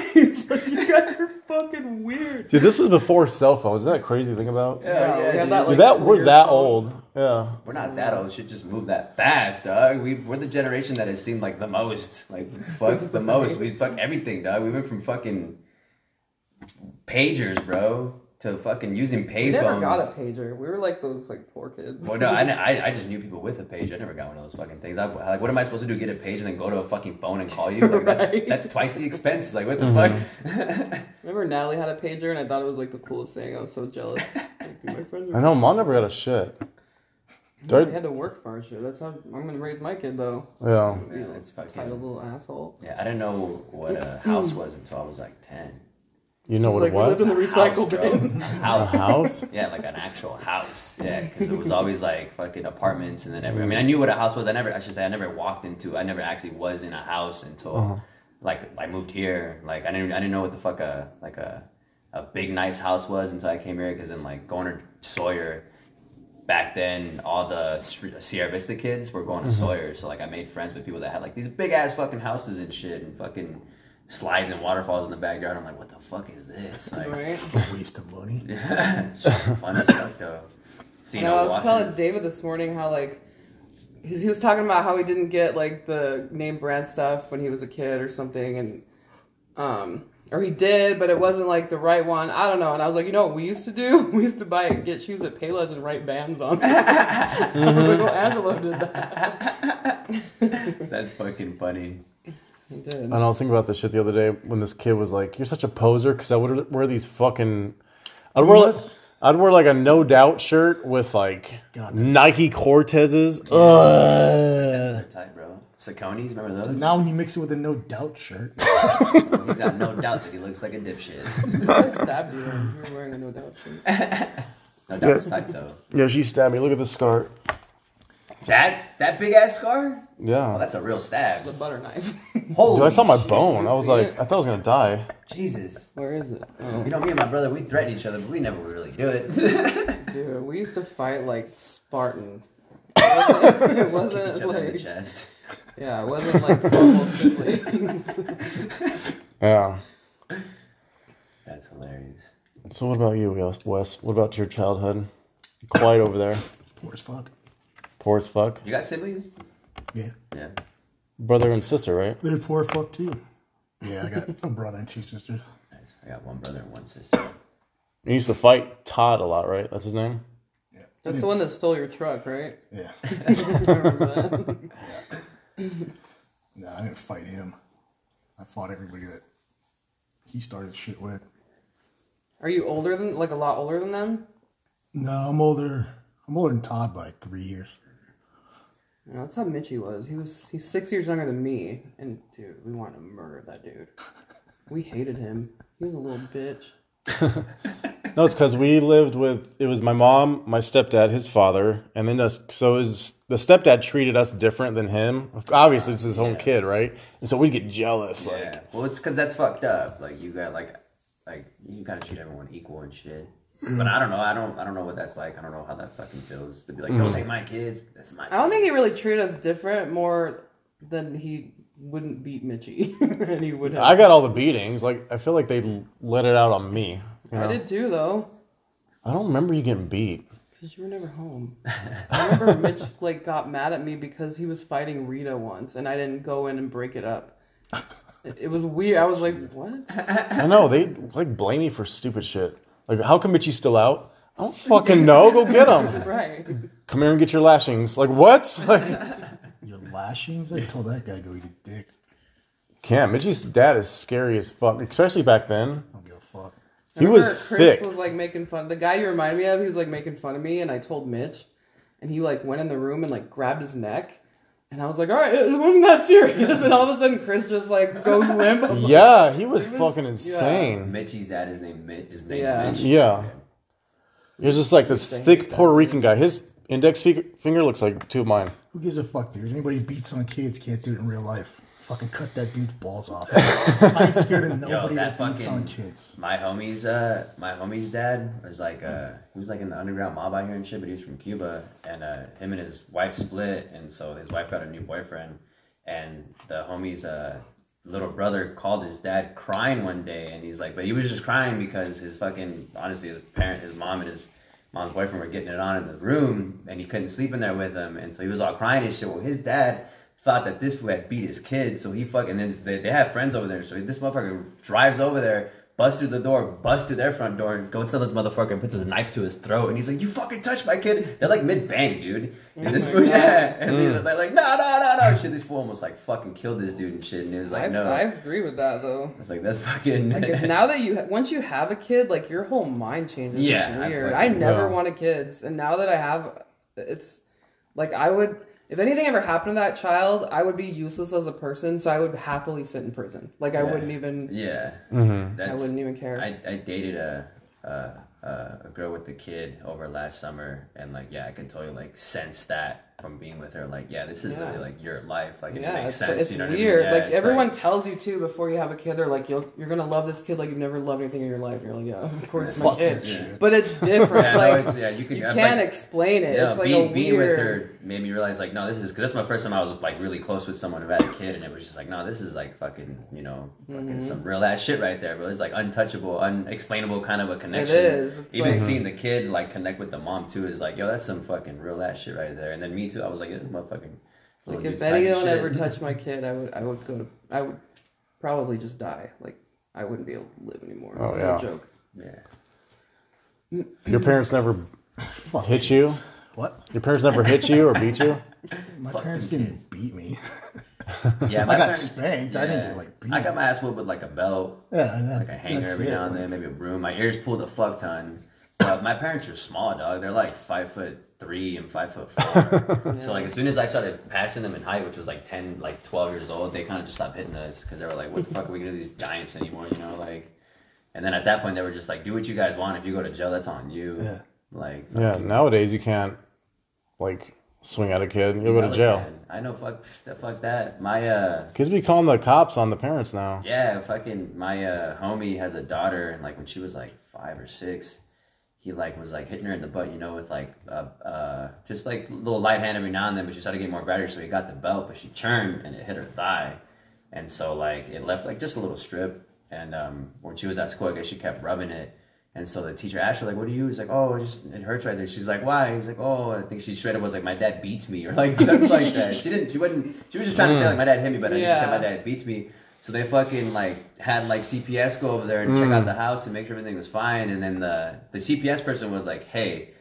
Speaker 5: (laughs) He's like, you guys are fucking weird.
Speaker 1: Dude, this was before cell phones. Isn't that crazy to think about?
Speaker 3: Yeah, yeah,
Speaker 5: we had
Speaker 3: dude.
Speaker 5: that,
Speaker 1: Dude,
Speaker 5: like,
Speaker 1: that we're
Speaker 5: weird
Speaker 1: that
Speaker 5: phone.
Speaker 1: old. Yeah.
Speaker 3: We're not that old. Shit just moved that fast, dog. We we're the generation that has seemed like the most, like fuck the most. We fuck everything, dog. We went from fucking pagers, bro, to fucking using
Speaker 5: We
Speaker 3: payphones.
Speaker 5: never got a pager. We were like those like poor kids.
Speaker 3: Well, no, I, I, I just knew people with a page. I never got one of those fucking things. I, like, what am I supposed to do? Get a page and then go to a fucking phone and call you? Like, that's,
Speaker 5: (laughs) Right.
Speaker 3: that's twice the expense. Like, what the fuck?
Speaker 5: Remember Natalie had a pager, and I thought it was like the coolest thing. I was
Speaker 1: (laughs)
Speaker 5: so jealous. Like, dude, my friends
Speaker 1: I know. Mom never got a shit. Do
Speaker 5: I
Speaker 1: I-
Speaker 5: had to work for our shit. That's how I'm gonna raise my kid though.
Speaker 1: yeah.
Speaker 3: yeah, that's
Speaker 5: Tied a
Speaker 3: fucking.
Speaker 5: little asshole.
Speaker 3: Yeah, I didn't know what a house was until I was like ten.
Speaker 1: You know what
Speaker 5: He's like,
Speaker 1: it
Speaker 5: we lived in
Speaker 1: was?
Speaker 5: the recycle
Speaker 3: house, bro.
Speaker 5: bin.
Speaker 3: A
Speaker 1: A
Speaker 3: house.
Speaker 1: house?
Speaker 3: Yeah, like an actual house. Yeah, because it was always like fucking apartments, and then every, I mean, I knew what a house was. I never, I should say, I never walked into, I never actually was in a house until like I moved here. Like I didn't, I didn't know what the fuck a like a a big nice house was until I came here. Because then like going to Sawyer back then, all the Sri- Sierra Vista kids were going to Sawyer, so like I made friends with people that had like these big ass fucking houses and shit, and fucking. Slides and waterfalls in the backyard. I'm like, what the fuck is this? Like,
Speaker 5: (laughs) Right?
Speaker 2: A waste of money.
Speaker 3: yeah, it's fun as fuck though. Seeing
Speaker 5: And I
Speaker 3: a
Speaker 5: was
Speaker 3: walk-
Speaker 5: telling David this morning how like because he was talking about how he didn't get like the name brand stuff when he was a kid or something, and um or he did, but it wasn't like the right one. I don't know. And I was like, you know what we used to do? (laughs) We used to buy get shoes at Payless and write bands on. them. (laughs) I was like, well, Angelo did that.
Speaker 3: That's fucking funny.
Speaker 5: He did.
Speaker 1: And I was thinking about this shit the other day when this kid was like, "You're such a poser," because I would wear these fucking. I'd wear like, I'd wear like a no doubt shirt with like
Speaker 2: God, that's-
Speaker 1: Nike Cortezes. Ugh.
Speaker 3: They're tight, bro. Saconis, remember those?
Speaker 2: Now when you mix it with a no doubt shirt, (laughs)
Speaker 3: He's got no doubt that he looks like a dipshit.
Speaker 5: I stabbed you. when You were wearing a no doubt shirt.
Speaker 3: No doubt it's tight though.
Speaker 1: Yeah, she stabbed me. Look at this scar.
Speaker 3: That that big ass scar? Oh,
Speaker 1: Yeah.
Speaker 3: that's a real stab.
Speaker 5: The butter knife.
Speaker 3: Holy
Speaker 1: Dude, I saw my
Speaker 3: shit.
Speaker 1: bone. I was
Speaker 5: see
Speaker 1: like,
Speaker 5: it?
Speaker 1: I thought I was gonna die.
Speaker 3: Jesus.
Speaker 5: (laughs) Where is it?
Speaker 3: You know, me and my brother, we threaten each other, but we never really do
Speaker 5: (laughs)
Speaker 3: it.
Speaker 5: Dude, we used to fight like (laughs) Spartan. It wasn't, it
Speaker 3: Kick each
Speaker 5: wasn't
Speaker 3: other in the
Speaker 5: like
Speaker 3: chest.
Speaker 5: yeah, it wasn't like normal siblings.
Speaker 1: Yeah.
Speaker 3: That's hilarious.
Speaker 1: So what about you, Wes- Wes? What about your childhood? You're Quiet over there,
Speaker 2: poor as fuck.
Speaker 1: poor as fuck.
Speaker 3: You got siblings?
Speaker 2: Yeah,
Speaker 3: Yeah.
Speaker 1: Brother and sister, right?
Speaker 2: they're poor as fuck too. Yeah, I got a brother and two sisters.
Speaker 3: Nice. I got one brother and one sister.
Speaker 1: You used to fight Todd a lot, right? That's his name.
Speaker 2: Yeah,
Speaker 5: That's
Speaker 1: Hmm.
Speaker 5: the one that stole your truck, right?
Speaker 2: Yeah, (laughs)
Speaker 5: Remember
Speaker 2: no, I didn't fight him. I fought everybody that he started shit with.
Speaker 5: that? Are you older than like a lot older than them?
Speaker 2: No, I'm older. I'm older than Todd by three years.
Speaker 5: No, that's how Mitchy was. He was he's six years younger than me, and dude, we wanted to murder that
Speaker 1: (laughs)
Speaker 5: dude. We hated him. He was a little bitch.
Speaker 1: No, it's because we lived with it was my mom, my stepdad, his father, and then us. So is the stepdad treated us different than him? Obviously, it's his own kid, right? And so we'd get jealous. Like,
Speaker 3: Yeah. Well, it's because that's fucked up. Like you got like, like you gotta treat everyone equal and shit. But I don't know. I don't. I don't know what that's like. I don't know how that fucking feels to be like, those ain't my kids. That's my.
Speaker 5: I don't
Speaker 3: kid."
Speaker 5: think he really treated us different more than he wouldn't beat Mitchy, (laughs) and he would. Have.
Speaker 1: I got all the beatings. Like, I feel like they l- let it out on me. you know?
Speaker 5: I did too, though.
Speaker 1: I don't remember you getting beat.
Speaker 5: Because you were
Speaker 1: (laughs)
Speaker 5: never home. I remember Mitch like got mad at me because he was fighting Rita once, and I didn't go in and break it up. It, it was weird. I
Speaker 1: (laughs)
Speaker 5: was like, "What?" (laughs)
Speaker 1: I know they like blame me for stupid shit. Like, how come Mitchie's still out? I don't fucking know. Go get him.
Speaker 5: Right?
Speaker 1: Come here and get your lashings. Like, what? (laughs) Like,
Speaker 2: Your lashings? I told that guy to go eat a dick.
Speaker 1: Cam, Mitchie's dad is scary as fuck, especially back then.
Speaker 2: I don't give a fuck.
Speaker 1: He was
Speaker 5: Chris
Speaker 1: thick.
Speaker 5: was like making fun. The guy you remind me of, he was like making fun of me, and I told Mitch, and he like went in the room and like grabbed his neck. And I was like, all right, (laughs) it wasn't that serious. (laughs) And all of a sudden, Chris just like goes
Speaker 3: (laughs)
Speaker 5: limp. I'm like,
Speaker 1: Yeah, he was,
Speaker 5: was-
Speaker 1: fucking insane.
Speaker 3: Mitchie's dad is named Mitch. His name's
Speaker 5: Yeah.
Speaker 3: Mitch.
Speaker 1: Yeah. He was just like this thick Puerto Rican guy. His index fi- finger looks like two of mine.
Speaker 2: Who gives a fuck, dude? Anybody who beats on kids can't do it in real life. Fucking cut that dude's balls
Speaker 3: (laughs)
Speaker 2: off. I ain't scared of nobody
Speaker 3: that
Speaker 2: that, beats
Speaker 3: fucking-
Speaker 2: on kids.
Speaker 3: My homie's uh my homie's dad was like uh he was like in the underground mob out here and shit, but he was from Cuba and uh him and his wife split and so his wife got a new boyfriend and the homie's uh little brother called his dad crying one day and he's like but he was just crying because his fucking honestly his parent his mom and his mom's boyfriend were getting it on in the room and he couldn't sleep in there with him and so he was all crying and shit. Well his dad thought that this would beat his kid, so he fucking and they, they have friends over there, so this motherfucker drives over there, busts through the door, busts through their front door, and goes to this motherfucker and puts his knife to his throat, and he's like, "You fucking touched my kid!" They're like mid bang, dude.
Speaker 5: Oh
Speaker 3: And this fool, yeah, and they- they're like, "No, no, no, no!" Shit, this fool almost like fucking killed this dude and shit, and he was like,
Speaker 5: I,
Speaker 3: "No."
Speaker 5: I
Speaker 3: I
Speaker 5: agree with that though.
Speaker 3: was like, "That's fucking."
Speaker 5: Like if now that you once you have a kid, like your whole mind changes.
Speaker 3: Yeah, I
Speaker 5: it's weird. I
Speaker 3: fucking-
Speaker 5: never
Speaker 1: No.
Speaker 5: wanted kids, and now that I have, it's like I would. If anything ever happened to that child, I would be useless as a person. So I would happily sit in prison. Like I
Speaker 3: Yeah.
Speaker 5: wouldn't even.
Speaker 3: (laughs) yeah, that's,
Speaker 5: I wouldn't even care.
Speaker 3: I, I dated a, a, a a girl with a kid over last summer, and like, yeah, I can totally like sense that from being with her. Like, yeah, this is
Speaker 5: Yeah.
Speaker 3: really like your life. Like, it
Speaker 5: yeah,
Speaker 3: makes
Speaker 5: it's,
Speaker 3: sense.
Speaker 5: it's
Speaker 3: you know
Speaker 5: weird.
Speaker 3: What I mean? Yeah,
Speaker 5: like
Speaker 3: it's
Speaker 5: everyone tells you too before you have a kid. They're like, you'll, "You're gonna love this kid like you've never loved anything in your life." And you're like, "Yeah, of course, my
Speaker 2: Fuck that
Speaker 5: kid."
Speaker 2: shit.
Speaker 3: (laughs)
Speaker 5: But it's different.
Speaker 3: yeah, no,
Speaker 5: like
Speaker 3: it's, yeah, you can.
Speaker 5: you
Speaker 3: I'm,
Speaker 5: can't
Speaker 3: like,
Speaker 5: explain it.
Speaker 3: yeah,
Speaker 5: it's like
Speaker 3: being,
Speaker 5: a
Speaker 3: being with
Speaker 5: weird.
Speaker 3: her made me realize like, no, this is because that's my first time I was like really close with someone who had a kid, and it was just like, no, this is like fucking, you know, fucking
Speaker 5: Mm-hmm.
Speaker 3: some real ass shit right there. But it's like untouchable, unexplainable kind of a connection.
Speaker 5: is. It's
Speaker 3: Even
Speaker 5: like-
Speaker 3: seeing the kid like connect with the mom too is like, yo, that's some fucking real ass shit right there. And then me too, I was like, this motherfucking. little
Speaker 5: Like if
Speaker 3: dude's talking
Speaker 5: anyone
Speaker 3: shit.
Speaker 5: ever touched my kid, I would I would go to I would probably just die. Like I wouldn't be able to live anymore.
Speaker 1: Oh,
Speaker 5: no
Speaker 1: yeah.
Speaker 5: joke.
Speaker 3: Yeah.
Speaker 1: Your parents never
Speaker 2: Fuck
Speaker 1: hit you?
Speaker 2: kids. What?
Speaker 1: Your parents never hit you or beat (laughs) you?
Speaker 2: My parents didn't beat me.
Speaker 3: Yeah,
Speaker 2: (laughs)
Speaker 3: my
Speaker 2: I got
Speaker 3: parents-
Speaker 2: spanked. I didn't get like beat.
Speaker 3: I got my ass whooped with like a belt.
Speaker 2: (laughs) yeah, that,
Speaker 3: like a hanger
Speaker 2: that's
Speaker 3: every
Speaker 2: it.
Speaker 3: now and then, maybe a broom. My ears pulled a fuck ton. But my parents are small, dog. They're like five foot three and five foot four.
Speaker 1: (laughs)
Speaker 3: So like as soon as I started passing them in height, which was like ten, like twelve years old, they kind of just stopped hitting us because they were like, "What the fuck are we gonna do to these giants anymore?" You know, like. And then at that point, they were just like, "Do what you guys want. If you go to jail, that's on you."
Speaker 2: Yeah.
Speaker 3: Like.
Speaker 1: Yeah, nowadays you can't like swing at a kid. You'll go to
Speaker 3: fuck
Speaker 1: jail.
Speaker 3: that. I know. Fuck. Fuck that. My uh.
Speaker 1: Kids be calling the cops on the parents now.
Speaker 3: Yeah, fucking my uh, homie has a daughter, and like when she was like five or six, he like was like hitting her in the butt, you know, with like uh, uh just like a little light hand every now and then. But she started getting more battery, so he got the belt, but she churned and it hit her thigh, and so like it left like just a little strip. And um, when she was at school, I guess she kept rubbing it. And so the teacher asked her, like, what do you? He's like, oh, it just it hurts right there. She's like, why? He's like, oh, I think she straight up was like, my dad beats me or like (laughs) stuff like that. She didn't. She wasn't. She was just trying to say like, my dad hit me, but I didn't say
Speaker 5: Yeah.
Speaker 3: my dad beats me. So they fucking like had like CPS go over there and check
Speaker 1: Mm.
Speaker 3: out the house and make sure everything was fine. And then the the CPS person was like, hey,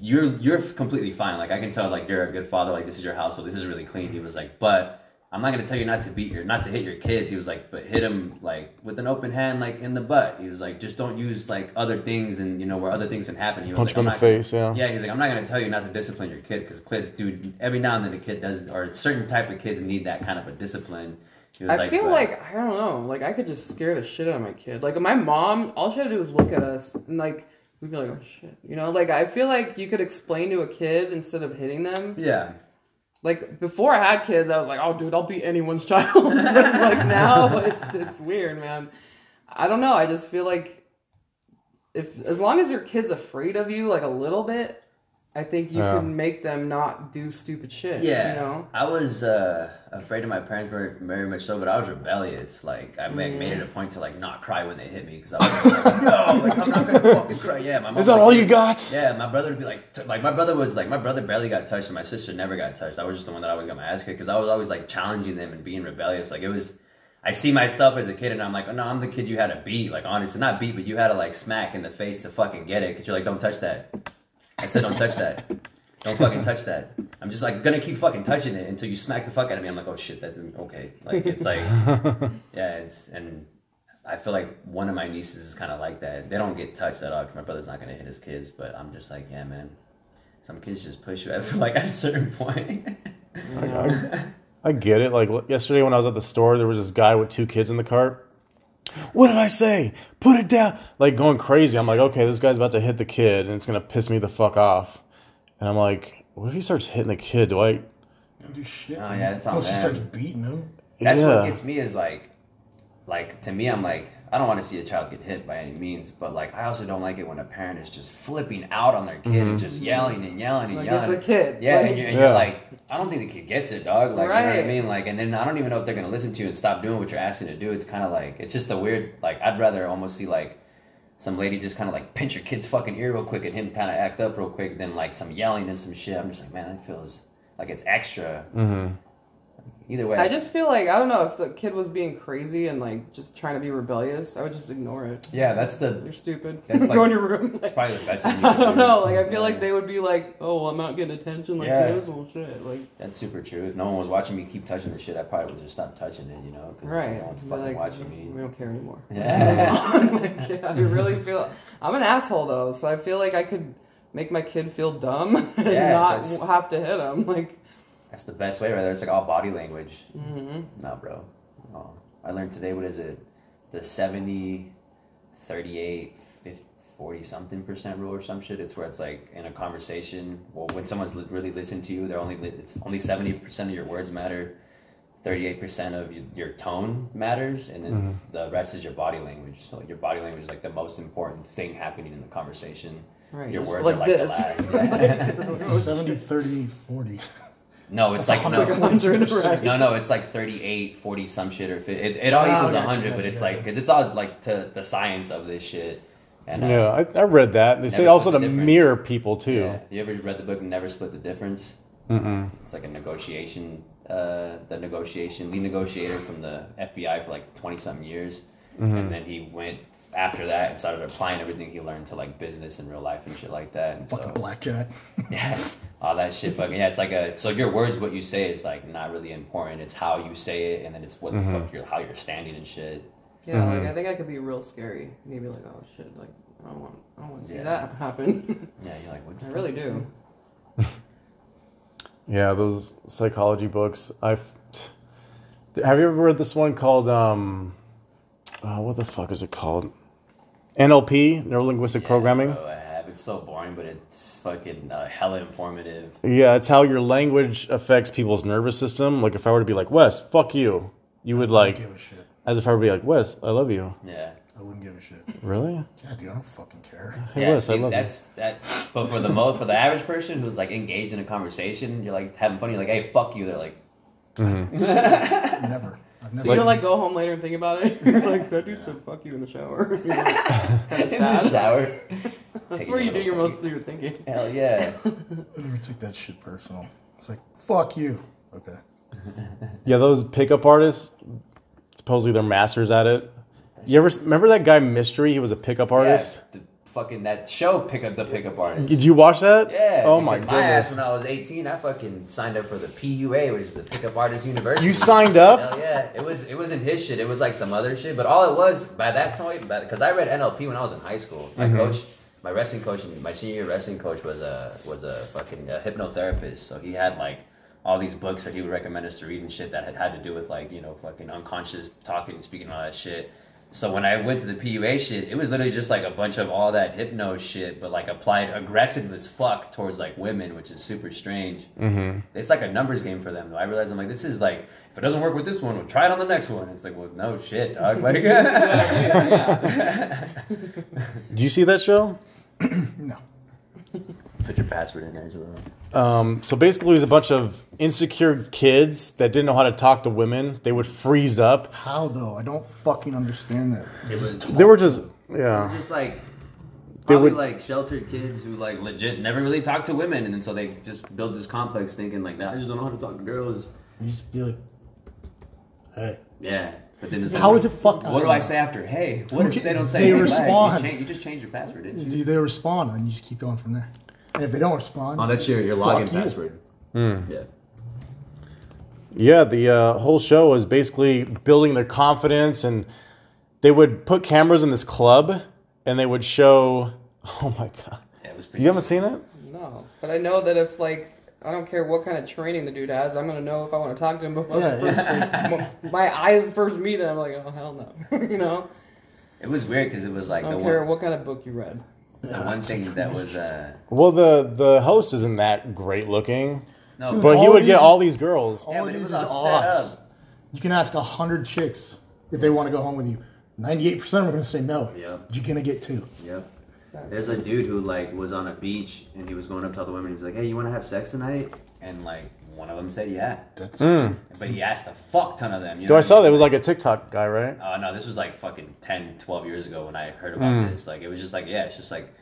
Speaker 3: you're you're completely fine. Like I can tell like you're a good father. Like this is your household. This is really clean. He was like, but I'm not gonna tell you not to beat your not to hit your kids. He was like, but hit him like with an open hand, like in the butt. He was like, just don't use like other things and you know where other things can happen. He was
Speaker 1: Punch
Speaker 3: like,
Speaker 1: him in
Speaker 3: "I'm
Speaker 1: the
Speaker 3: not-
Speaker 1: face, yeah.
Speaker 3: yeah, he's like, I'm not gonna tell you not to discipline your kid because kids do every now and then a kid does or certain type of kids need that kind of a discipline. He was
Speaker 5: I feel
Speaker 3: "But
Speaker 5: like I don't know. Like I could just scare the shit out of my kid. Like my mom, all she had to do was look at us and like we'd be like, oh shit, you know. Like I feel like you could explain to a kid instead of hitting them.
Speaker 3: yeah,
Speaker 5: Like before I had kids, I was like, oh dude, I'll beat anyone's (laughs) child. like now (laughs) it's it's weird, man. I don't know. I just feel like if as long as your kid's afraid of you, like a little bit, I think you
Speaker 1: Yeah.
Speaker 5: can make them not do stupid shit.
Speaker 3: Yeah,
Speaker 5: You know?
Speaker 3: I was uh, afraid of my parents very, very much so, but I was rebellious. Like I made, made it a point to like not cry when they hit me because I was just like, (laughs) no, like I'm not gonna fucking cry. Yeah, my mom.
Speaker 1: Is that all you got?
Speaker 3: Yeah, my brother would be like, t- like my brother was like, my brother barely got touched, and my sister never got touched. I was just the one that always got my ass kicked because I was always like challenging them and being rebellious. Like it was, I see myself as a kid, and I'm like, oh, no, I'm the kid you had to beat. Like honestly, not beat, but you had to like smack in the face to fucking get it because you're like, don't touch that. I said, don't touch that. Don't fucking touch that. I'm just like gonna keep fucking touching it until you smack the fuck out of me. I'm like, oh shit, that's okay. Like it's like, yeah, it's and I feel like one of my nieces is kind of like that. They don't get touched at all 'cause my brother's not gonna hit his kids. But I'm just like, yeah, man. Some kids just push you. I feel like at (laughs) a certain point.
Speaker 1: I get it. Like l- yesterday when I was at the store, there was this guy with two kids in the cart. What did I say? Put it down. Like going crazy. I'm like, okay, this guy's about to hit the kid and it's going to piss me the fuck off. And I'm like, what if he starts hitting the kid? Do I.
Speaker 2: Do shit.
Speaker 3: Oh, yeah, it's all
Speaker 2: Unless she
Speaker 3: bad. (laughs)
Speaker 2: starts beating him.
Speaker 3: That's what
Speaker 1: Yeah.
Speaker 3: gets me is like, like to me, I'm like, I don't want to see a child get hit by any means, but like, I also don't like it when a parent is just flipping out on their kid and just yelling and yelling and
Speaker 5: Like,
Speaker 3: yelling.
Speaker 5: it's a kid.
Speaker 3: Yeah,
Speaker 5: Like-
Speaker 3: and, you're, and
Speaker 1: Mm-hmm. Yeah.
Speaker 3: you're like, I don't think the kid gets it, dog. Like, you know what I
Speaker 5: Right.
Speaker 3: mean? Like, and then I don't even know if they're gonna listen to you and stop doing what you're asking to do. It's kind of like, it's just a weird. Like, I'd rather almost see like. Some lady just kind of like pinch your kid's fucking ear real quick and him kind of act up real quick than like some yelling and some shit. I'm just like, man, that feels like it's extra.
Speaker 1: Mm-hmm.
Speaker 3: Either way,
Speaker 5: I just feel like I don't know if the kid was being crazy and like just trying to be rebellious. I would just ignore it.
Speaker 3: Yeah, that's
Speaker 5: You're
Speaker 3: the
Speaker 5: stupid.
Speaker 3: That's like-
Speaker 5: (laughs) Go in your room.
Speaker 3: that's probably the
Speaker 5: (laughs)
Speaker 3: best thing. You
Speaker 5: I
Speaker 3: can
Speaker 5: don't
Speaker 3: do.
Speaker 5: know. Like I feel
Speaker 3: Yeah.
Speaker 5: like they would be like, "Oh, well, I'm not getting attention like
Speaker 3: Yeah.
Speaker 5: this." Well, shit. Like
Speaker 3: That's super true. If no one was watching me keep touching the shit, I probably would just stop touching it. You know, because
Speaker 5: right.
Speaker 3: no one's
Speaker 5: Be
Speaker 3: fucking
Speaker 5: like, "Mm,
Speaker 3: watching
Speaker 5: We
Speaker 3: me.
Speaker 5: don't care
Speaker 3: (laughs)
Speaker 5: anymore. (laughs)
Speaker 3: Yeah.
Speaker 5: yeah, I really feel I'm an asshole though, so I feel like I could make my kid feel dumb (laughs) and
Speaker 3: Yeah,
Speaker 5: not
Speaker 3: that's-
Speaker 5: have to hit him. Like,
Speaker 3: that's the best way, right there. It's like all body language. Mm-hmm. No, bro. Oh, I learned today. What is it? The 70, 38, 50, 40 something percent rule or some shit. It's where it's like in a conversation. Well, when someone's li- really listening to you, they're only li- it's only seventy percent of your words matter. 38% of your, your tone matters and then the rest is your body language so like your body language is like the most important thing happening in the conversation
Speaker 5: Right,
Speaker 3: your
Speaker 5: just
Speaker 3: words
Speaker 5: like
Speaker 3: are like
Speaker 5: this.
Speaker 3: the last (laughs) Yeah.
Speaker 5: (laughs)
Speaker 2: 70, 30, 40.
Speaker 3: no it's like
Speaker 2: That's
Speaker 3: no,
Speaker 2: like
Speaker 5: a hundred, right?
Speaker 3: no no it's like 38 40 some shit or 50 it, it all
Speaker 2: Ah,
Speaker 3: equals
Speaker 2: gotcha,
Speaker 3: 100 but
Speaker 2: gotcha,
Speaker 3: it's
Speaker 2: gotcha.
Speaker 3: like because it's all like to the science of this shit and uh,
Speaker 1: Yeah, I, I read that. They say
Speaker 3: Never
Speaker 1: also
Speaker 3: split
Speaker 1: to
Speaker 3: the difference.
Speaker 1: mirror people too.
Speaker 3: Yeah. You ever read the book Never Split the Difference? Mm-mm. It's like a negotiation, uh, the negotiation lead negotiator from the FBI for like twenty something years, and then he went after that and started applying everything he learned to like business and real life and shit like that. And
Speaker 2: Fucking
Speaker 3: so
Speaker 2: blackjack.
Speaker 3: yeah, all that shit. Fucking yeah, it's like a so your words, what you say is like not really important. It's how you say it, and then it's what
Speaker 1: Mm-hmm.
Speaker 3: the fuck you're how you're standing and shit.
Speaker 5: yeah,
Speaker 3: Mm-hmm.
Speaker 5: like I think I could be real scary. Maybe like, oh shit, like I don't want, I don't want to see
Speaker 3: Yeah.
Speaker 5: that happen.
Speaker 3: Yeah, you're like what? the
Speaker 5: I
Speaker 3: fuck
Speaker 5: really
Speaker 3: you say?
Speaker 5: do.
Speaker 1: Yeah, those psychology books. I've have you ever read this one called um, uh, what the fuck is it called? NLP, neuro linguistic
Speaker 3: Yeah,
Speaker 1: programming.
Speaker 3: bro, I have. It's so boring, but it's fucking uh, hella informative.
Speaker 1: Yeah, it's how your language affects people's nervous system. Like if I were to be like Wes, fuck you, you would
Speaker 2: I
Speaker 1: like
Speaker 2: don't give a shit.
Speaker 1: as if I were to be like Wes, I love you.
Speaker 3: Yeah.
Speaker 2: I wouldn't give a shit.
Speaker 1: Really?
Speaker 2: Yeah, dude, I don't fucking care.
Speaker 3: (laughs)
Speaker 1: Hey
Speaker 3: yeah,
Speaker 1: Wes, I
Speaker 3: see,
Speaker 1: love
Speaker 3: that's that. But for the mo for the average person who's like engaged in a conversation, you're like having fun. You're like, hey, fuck you. They're like,
Speaker 2: Never. I've never.
Speaker 5: You don't like go home later and think about it. You're (laughs) like that dude said fuck you in the (laughs) shower. You're like,
Speaker 3: in the
Speaker 5: sad.
Speaker 3: shower. (laughs)
Speaker 5: That's where you do your most of your thinking.
Speaker 3: Hell yeah.
Speaker 2: I never took that shit personal. It's like, fuck you. Okay.
Speaker 1: you. Yeah, those pickup artists. Supposedly they're masters at it. You ever remember that guy Mystery? He was a pickup artist.
Speaker 3: Yeah, the fucking that show pick up the pickup artist.
Speaker 1: Did you watch that?
Speaker 3: Yeah.
Speaker 1: Oh my
Speaker 3: because My ass
Speaker 1: goodness.
Speaker 3: when I was 18, I fucking signed up for the PUA, which is the Pickup Artist University.
Speaker 1: You signed up?
Speaker 3: (laughs) Hell yeah! It was it wasn't his shit. It was like some other shit. But all it was by that time, because I read NLP when I was in high school. My coach, my wrestling coach, and my senior year wrestling coach was a was a fucking uh hypnotherapist. So he had like all these books that he would recommend us to read and shit that had had to do with like you know fucking unconscious talking, speaking, all that shit. So when I went to the PUA shit, it was literally just like a bunch of all that hypno shit, but like applied aggressive as fuck towards like women, which is super strange. Mm-hmm. It's like a numbers game for them. Though I realized I'm like, this is like, if it doesn't work with this one, we'll try it on the next one. It's like, well, no shit,
Speaker 2: (laughs)
Speaker 3: dog. Like, (laughs)
Speaker 1: Did you see that show?
Speaker 2: No.
Speaker 3: put your password in, Angela.
Speaker 1: Um, so basically, it was a bunch of insecure kids that didn't know how to talk to women. They would freeze up.
Speaker 2: How though? I don't fucking understand that.
Speaker 3: It was
Speaker 1: They were just yeah.
Speaker 3: just like.
Speaker 1: They
Speaker 3: Probably
Speaker 1: would-
Speaker 3: like sheltered kids who like legit never really talked to women, and then so they just built this complex thinking like that. I just don't know how to talk to girls.
Speaker 2: You just be like, hey.
Speaker 3: Yeah, but then it's like,
Speaker 2: How is it fuck?
Speaker 3: What do I say after? Hey, what if
Speaker 2: Okay,
Speaker 3: they don't say?
Speaker 2: they
Speaker 3: hey, back?
Speaker 2: respond.
Speaker 3: You, change, you just change your password, didn't you?
Speaker 2: Do they respond and you just keep going from there? And if they don't respond,
Speaker 3: Oh, that's your your
Speaker 2: Fuck
Speaker 3: login
Speaker 2: you.
Speaker 3: password. Yeah.
Speaker 1: Yeah, the uh, whole show was basically building their confidence, and they would put cameras in this club, and they would show. (laughs) Oh my god!
Speaker 3: yeah, it was pretty.
Speaker 1: You haven't seen it?
Speaker 5: No, but I know that if like I don't care what kind of training the dude has, I'm gonna know if I want to talk to him before
Speaker 2: Yeah,
Speaker 5: the first, like, (laughs) my eyes first meet him. I'm like, oh hell no, (laughs) you know.
Speaker 3: It was weird because it was like
Speaker 5: I
Speaker 3: the
Speaker 5: don't care
Speaker 3: one,
Speaker 5: what kind of book you read.
Speaker 3: the one thing that was uh
Speaker 1: Well, the the host isn't that great looking,
Speaker 3: no,
Speaker 1: but he
Speaker 2: All
Speaker 1: would
Speaker 2: these-
Speaker 1: get all these girls.
Speaker 2: All
Speaker 3: Mm. yeah,
Speaker 2: it
Speaker 3: but it
Speaker 2: is
Speaker 3: was
Speaker 2: is
Speaker 3: all set
Speaker 2: odds.
Speaker 3: up.
Speaker 2: You can ask a hundred chicks if they want to go home with you. Ninety-eight percent are going to say no.
Speaker 6: Yeah.
Speaker 2: You're going to get two.
Speaker 6: Yep. There's a dude who like was on a beach and he was going up to all the women. He was like, "Hey, you want to have sex tonight?"
Speaker 3: And like one of them said yeah,
Speaker 2: That's
Speaker 3: but he asked a fuck ton of them. You know
Speaker 1: Do I
Speaker 3: what
Speaker 1: saw
Speaker 3: mean?
Speaker 1: that it was like a TikTok guy, right?
Speaker 3: Oh no, this was like fucking 10, 12 years ago when I heard about
Speaker 1: Hmm.
Speaker 3: this. Like it was just like yeah, it's just like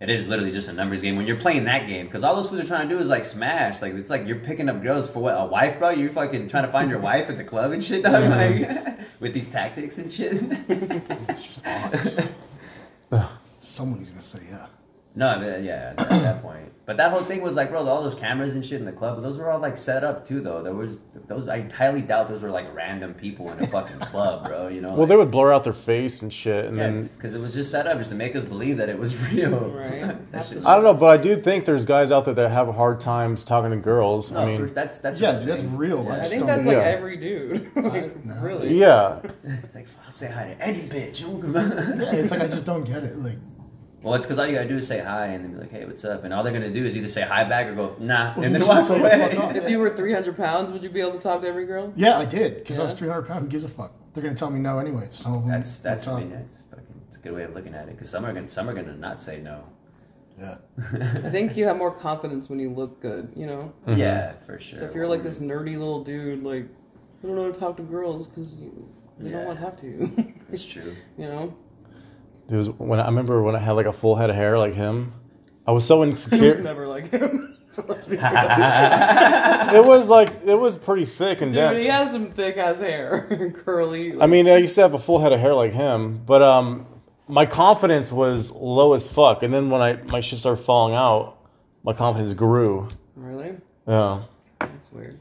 Speaker 3: it is literally just a numbers game when you're playing that game because all those fools are trying to do is like smash. Like it's like you're picking up girls for what a wife, bro. You're fucking trying to find your wife at the club and shit,
Speaker 1: Hmm.
Speaker 3: dog. Like (laughs) with these tactics and shit. (laughs)
Speaker 2: (laughs) somebody's going to say yeah.
Speaker 3: no, I mean, yeah, at that point. But that whole thing was like, bro, all those cameras and shit in the club. Those were all like set up too, though. There was those. I highly doubt those were like random people in a (laughs) fucking club, bro. You know.
Speaker 1: Well,
Speaker 3: like-
Speaker 1: they would blur out their face and shit, and then
Speaker 3: because it was just set up just to make us believe that it was (laughs) real.
Speaker 5: Right.
Speaker 3: (laughs) that shit was-
Speaker 1: I don't know, but I do think there's guys out there that have hard times talking to girls.
Speaker 3: No,
Speaker 1: I
Speaker 3: oh, for-
Speaker 1: mean,
Speaker 3: that's that's
Speaker 2: Yeah,
Speaker 3: real
Speaker 2: that's
Speaker 3: thing.
Speaker 2: real.
Speaker 3: Yeah.
Speaker 2: I
Speaker 5: I
Speaker 2: just
Speaker 5: think
Speaker 2: don't
Speaker 5: that's like
Speaker 1: Yeah.
Speaker 5: every dude. (laughs) like,
Speaker 2: no.
Speaker 5: really?
Speaker 1: yeah,
Speaker 3: Like, I'll say hi to any bitch. you don't give (laughs)
Speaker 2: Yeah,
Speaker 3: a-
Speaker 2: it's like I just don't get it. Like,
Speaker 3: well, it's because all you gotta do is say hi and then be like, hey, what's up? And all they're gonna do is either say hi back or go nah, and then
Speaker 2: you (laughs) should
Speaker 3: walk
Speaker 2: tell the
Speaker 3: away.
Speaker 2: fuck off.
Speaker 5: If you were 300 pounds, would you be able to talk to every girl?
Speaker 2: yeah, I did because I was 300 pounds. Who gives a fuck? They're going to tell me no anyway. Some of them.
Speaker 3: (laughs) That's that's
Speaker 2: will
Speaker 3: I
Speaker 2: tell-
Speaker 3: mean, that's fucking it's a good way of looking at it because some are gonna some are gonna not say no.
Speaker 2: Yeah.
Speaker 5: I think you have more confidence when you look good, you know?
Speaker 1: Mm-hmm.
Speaker 3: Yeah, for sure.
Speaker 5: So if you're like this nerdy little dude, like, I don't know how to talk to girls because you, you
Speaker 3: Yeah.
Speaker 5: don't want to have to, (laughs)
Speaker 3: it's true.
Speaker 5: you know?
Speaker 2: (laughs)
Speaker 1: it was when I I remember when I had like a full head of hair like him. I was so
Speaker 5: (laughs)
Speaker 1: insecure.
Speaker 5: Never like him.
Speaker 3: (laughs)
Speaker 5: Let's be real.
Speaker 1: it was like it was pretty thick and
Speaker 5: Dude,
Speaker 1: dense.
Speaker 5: he has some thick ass hair, (laughs) curly.
Speaker 1: I mean, I used to have a full head of hair like him, but um, my confidence was low as fuck. And then when I my shit started falling out, my confidence grew.
Speaker 5: really?
Speaker 1: Yeah,
Speaker 5: That's weird.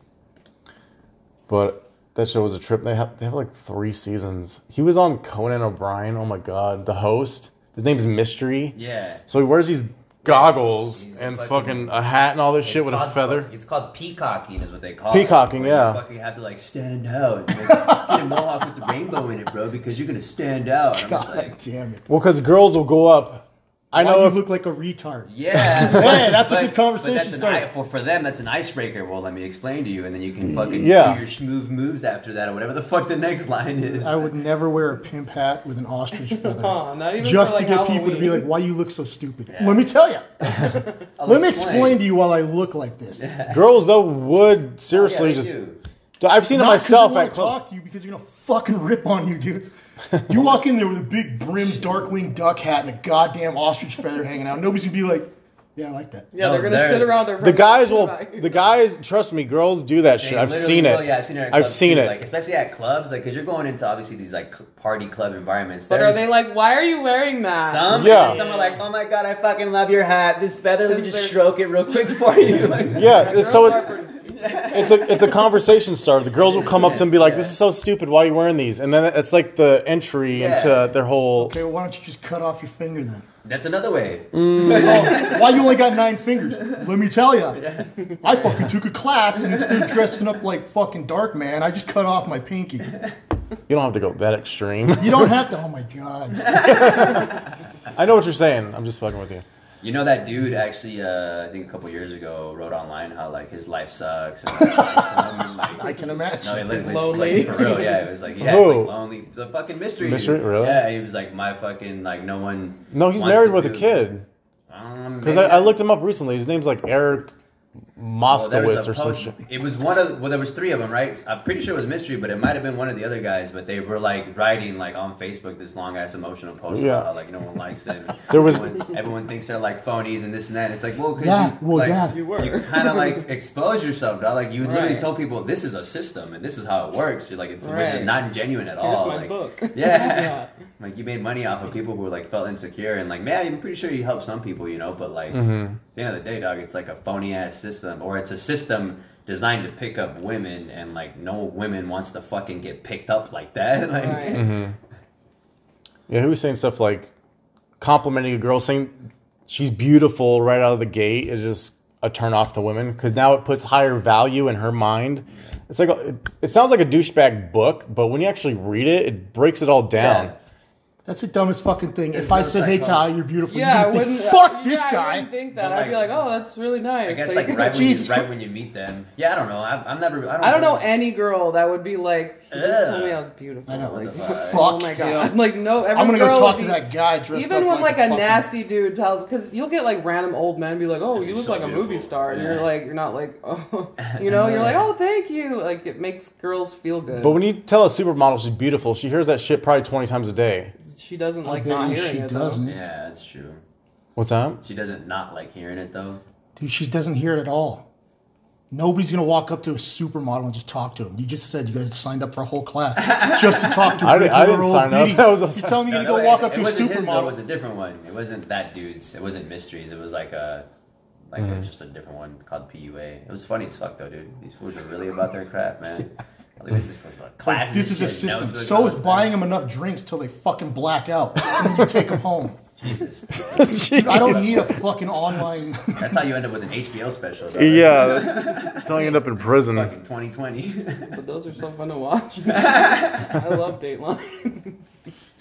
Speaker 1: but that show was a trip. They have they have like three seasons. He was on Conan O'Brien. Oh my god, the host. His name's Mystery.
Speaker 3: Yeah.
Speaker 1: So he wears these goggles
Speaker 3: He's
Speaker 1: and
Speaker 3: fucking-
Speaker 1: fucking, a hat and all this shit
Speaker 3: It's
Speaker 1: with a
Speaker 3: called-
Speaker 1: feather.
Speaker 3: It's called peacocking, is what they call
Speaker 1: Peacocking,
Speaker 3: it. Where
Speaker 1: yeah.
Speaker 3: You fucking have to like stand out. Like, get a mohawk with the rainbow in it, bro, because you're gonna stand out. And I'm just
Speaker 1: (laughs)
Speaker 2: God
Speaker 3: like,
Speaker 2: damn it.
Speaker 1: Well, because girls will go up. I
Speaker 2: Why
Speaker 1: know
Speaker 2: you
Speaker 1: if
Speaker 2: look like a retard.
Speaker 3: yeah,
Speaker 2: Hey, that's a good conversation
Speaker 3: that's an
Speaker 2: starter.
Speaker 3: eye- for, for them, that's an icebreaker. Well, let me explain to you, and then you can fucking
Speaker 1: Yeah.
Speaker 3: do your smooth moves after that, or whatever the fuck the next line is.
Speaker 2: I would never wear a pimp hat with an ostrich feather.
Speaker 5: Oh, not even
Speaker 2: Just
Speaker 5: for,
Speaker 2: to
Speaker 5: like,
Speaker 2: get people to be like,
Speaker 5: Halloween.
Speaker 2: why you look so stupid?
Speaker 3: Yeah.
Speaker 2: Let me tell you.
Speaker 3: I'll
Speaker 2: Let me explain to you why I look like this.
Speaker 1: (laughs) girls though would seriously
Speaker 3: Oh, Yeah,
Speaker 1: just.
Speaker 3: you.
Speaker 1: I've seen it
Speaker 2: Not 'cause
Speaker 1: myself
Speaker 2: I want
Speaker 1: at
Speaker 2: to
Speaker 1: close.
Speaker 2: talk to you because you're gonna fucking rip on you, dude. You walk in there with a big brimmed Darkwing Duck hat and a goddamn ostrich feather hanging out. Nobody's gonna be like, "Yeah, I like that."
Speaker 5: Yeah,
Speaker 3: No,
Speaker 5: they're gonna
Speaker 3: they're-
Speaker 5: sit around their
Speaker 1: The guys
Speaker 3: (laughs)
Speaker 1: will. The guys, trust me, girls do that
Speaker 3: They
Speaker 1: shit. I've
Speaker 3: literally
Speaker 1: seen
Speaker 3: will.
Speaker 1: it.
Speaker 3: Yeah, I've seen it. At
Speaker 1: I've
Speaker 3: clubs,
Speaker 1: seen
Speaker 3: too,
Speaker 1: it.
Speaker 3: Like especially at clubs, like because you're going into obviously these like cl- party club environments.
Speaker 5: (laughs) But are
Speaker 3: There's-
Speaker 5: they like, why are you wearing that? (laughs)
Speaker 3: Some,
Speaker 1: Yeah.
Speaker 3: and then some are like, "Oh my god, I fucking love your hat. This feather, let me
Speaker 5: Because
Speaker 3: just
Speaker 5: they're-
Speaker 3: stroke it real quick (laughs) for you." Like,
Speaker 1: yeah, it's- so
Speaker 5: Girls are
Speaker 1: it's,
Speaker 5: pretty-
Speaker 1: it's a it's a conversation starter. The girls will come up to him and be like, "This is so stupid. Why are you wearing these?" And then it's like the entry
Speaker 3: Yeah.
Speaker 1: into their whole.
Speaker 2: Okay, well, why don't you just cut off your finger then?
Speaker 3: That's another way.
Speaker 2: Oh, why you only got nine fingers? Let me tell you. I fucking took a class and instead of dressing up like fucking Dark Man, I just cut off my pinky.
Speaker 1: You don't have to go that extreme. (laughs)
Speaker 2: You don't have to. Oh my god.
Speaker 1: I know what you're saying. I'm just fucking with you.
Speaker 3: You know that dude actually, uh, I think a couple years ago, wrote online how like his life sucks. And, like, (laughs)
Speaker 2: I can imagine.
Speaker 3: no, he literally
Speaker 5: Lonely.
Speaker 3: Like, for real, yeah. It was like, yeah, it's
Speaker 1: Who?
Speaker 3: like lonely. The fucking mystery. dude.
Speaker 1: Mystery? Really?
Speaker 3: Yeah, he was like, my fucking like no one.
Speaker 1: No, he's
Speaker 3: wants
Speaker 1: married
Speaker 3: to
Speaker 1: with a
Speaker 3: do-
Speaker 1: kid.
Speaker 3: Um,
Speaker 1: Because I,
Speaker 3: maybe-
Speaker 1: I looked him up recently. His name's like Eric
Speaker 3: Well, Oh, there
Speaker 1: Moskowitz
Speaker 3: was a
Speaker 1: or some
Speaker 3: post-
Speaker 1: shit.
Speaker 3: It was one of well, there was three of them, right? I'm pretty sure it was mystery, but it might have been one of the other guys. But they were like writing like on Facebook this long ass emotional post
Speaker 1: Yeah.
Speaker 3: about how, like no one likes them.
Speaker 1: (laughs) There was-
Speaker 3: everyone, everyone thinks they're like phonies and this and that. It's like well, 'cause
Speaker 2: Yeah,
Speaker 3: you,
Speaker 2: well,
Speaker 3: like,
Speaker 2: yeah.
Speaker 5: (laughs) You were. (laughs)
Speaker 3: you kind of like expose yourself, dog. Like you literally
Speaker 5: Right.
Speaker 3: tell people this is a system and this is how it works. You're like it's which
Speaker 5: Right.
Speaker 3: is not genuine at
Speaker 5: Here's
Speaker 3: all.
Speaker 5: my
Speaker 3: Oh, like,
Speaker 5: book. (laughs)
Speaker 3: Yeah. Like you made money off of people who like felt insecure and like man, I'm pretty sure you helped some people, you know, but like at the end of the day, dog, it's like a phony ass system or it's a system designed to pick up women and like no women wants to fucking get picked up like that. (laughs) like
Speaker 5: Right.
Speaker 1: Yeah, he was saying stuff like complimenting a girl, saying she's beautiful right out of the gate is just a turn off to women because now it puts higher value in her mind. It's like a, it, it sounds like a douchebag book, but when you actually read it, it breaks it all down.
Speaker 3: Yeah.
Speaker 2: That's the dumbest fucking thing. If I said, "Hey Ty, you're beautiful,"
Speaker 5: Yeah, I
Speaker 2: you're gonna
Speaker 5: wouldn't.
Speaker 2: think, "Fuck this
Speaker 5: yeah, I
Speaker 2: guy."
Speaker 5: wouldn't think that.
Speaker 3: But,
Speaker 5: I'd be
Speaker 3: like-
Speaker 5: like, oh, that's really nice.
Speaker 3: I guess like
Speaker 5: (laughs)
Speaker 3: right when you
Speaker 2: Jesus
Speaker 3: right
Speaker 2: Christ.
Speaker 3: when you meet them. Yeah, I don't know. I, I'm never. I don't.
Speaker 5: I don't know
Speaker 3: really-
Speaker 5: any girl that would be like, "You just told me I was beautiful.
Speaker 2: I know.
Speaker 5: Like,
Speaker 3: What the fuck?
Speaker 5: oh my god.
Speaker 2: Yeah.
Speaker 5: (laughs) Like, no. Every
Speaker 2: I'm gonna
Speaker 5: girl
Speaker 2: go talk
Speaker 5: would
Speaker 2: to
Speaker 5: be-
Speaker 2: that guy dressed up
Speaker 5: Even when like, a
Speaker 2: fucking-
Speaker 5: nasty dude tells, because you'll get like random old men be like, "Oh, you
Speaker 3: You're
Speaker 5: look
Speaker 3: so
Speaker 5: like a movie
Speaker 3: beautiful."
Speaker 5: star," and
Speaker 3: Yeah.
Speaker 5: you're like, you're not like, (laughs) oh,
Speaker 3: (laughs)
Speaker 5: you know, you're like, "Oh, thank you." Like it makes girls feel good.
Speaker 1: But when you tell a supermodel she's beautiful, she hears that shit probably 20 times a day.
Speaker 5: she doesn't
Speaker 2: I
Speaker 5: like
Speaker 2: bet
Speaker 5: not
Speaker 2: you
Speaker 5: hearing
Speaker 2: she
Speaker 5: it. though.
Speaker 2: doesn't.
Speaker 3: Yeah, that's true.
Speaker 1: What's (laughs) that?
Speaker 3: She doesn't not like hearing it though.
Speaker 2: Dude, she doesn't hear it at all. Nobody's gonna walk up to a supermodel and just talk to him. You just said you guys signed up for a whole
Speaker 5: (laughs)
Speaker 2: class just to talk to.
Speaker 1: I didn't- I didn't
Speaker 2: regular old
Speaker 1: sign up.
Speaker 2: bitty.
Speaker 1: (laughs) That was a-
Speaker 2: You're telling me you're
Speaker 3: No,
Speaker 5: (laughs)
Speaker 2: gonna
Speaker 3: no,
Speaker 2: go walk
Speaker 3: it-
Speaker 2: up
Speaker 3: it
Speaker 2: to a
Speaker 3: wasn't his, though. It was
Speaker 2: supermodel?
Speaker 3: a different one. It wasn't that dude's. It wasn't mysteries. It was like a. Like
Speaker 1: Mm-hmm.
Speaker 3: it was just a different one called PUA. It was funny as fuck though, dude. These fools are really about their
Speaker 2: (laughs)
Speaker 3: crap, man. Like, this is- was like
Speaker 2: Like,
Speaker 3: classes.
Speaker 2: this is a
Speaker 3: and notes
Speaker 2: system.
Speaker 3: and
Speaker 2: So is
Speaker 3: all
Speaker 2: buying them enough drinks till they fucking black out, and then you take them home.
Speaker 3: that. Jesus,
Speaker 2: Dude,
Speaker 1: (laughs)
Speaker 2: I don't need a fucking online.
Speaker 3: that's how you end up with an HBO special. Though, right?
Speaker 1: Yeah, that's how you end up in prison.
Speaker 3: Fucking 2020.
Speaker 5: But those are so fun
Speaker 3: (laughs)
Speaker 5: to watch. I love Dateline.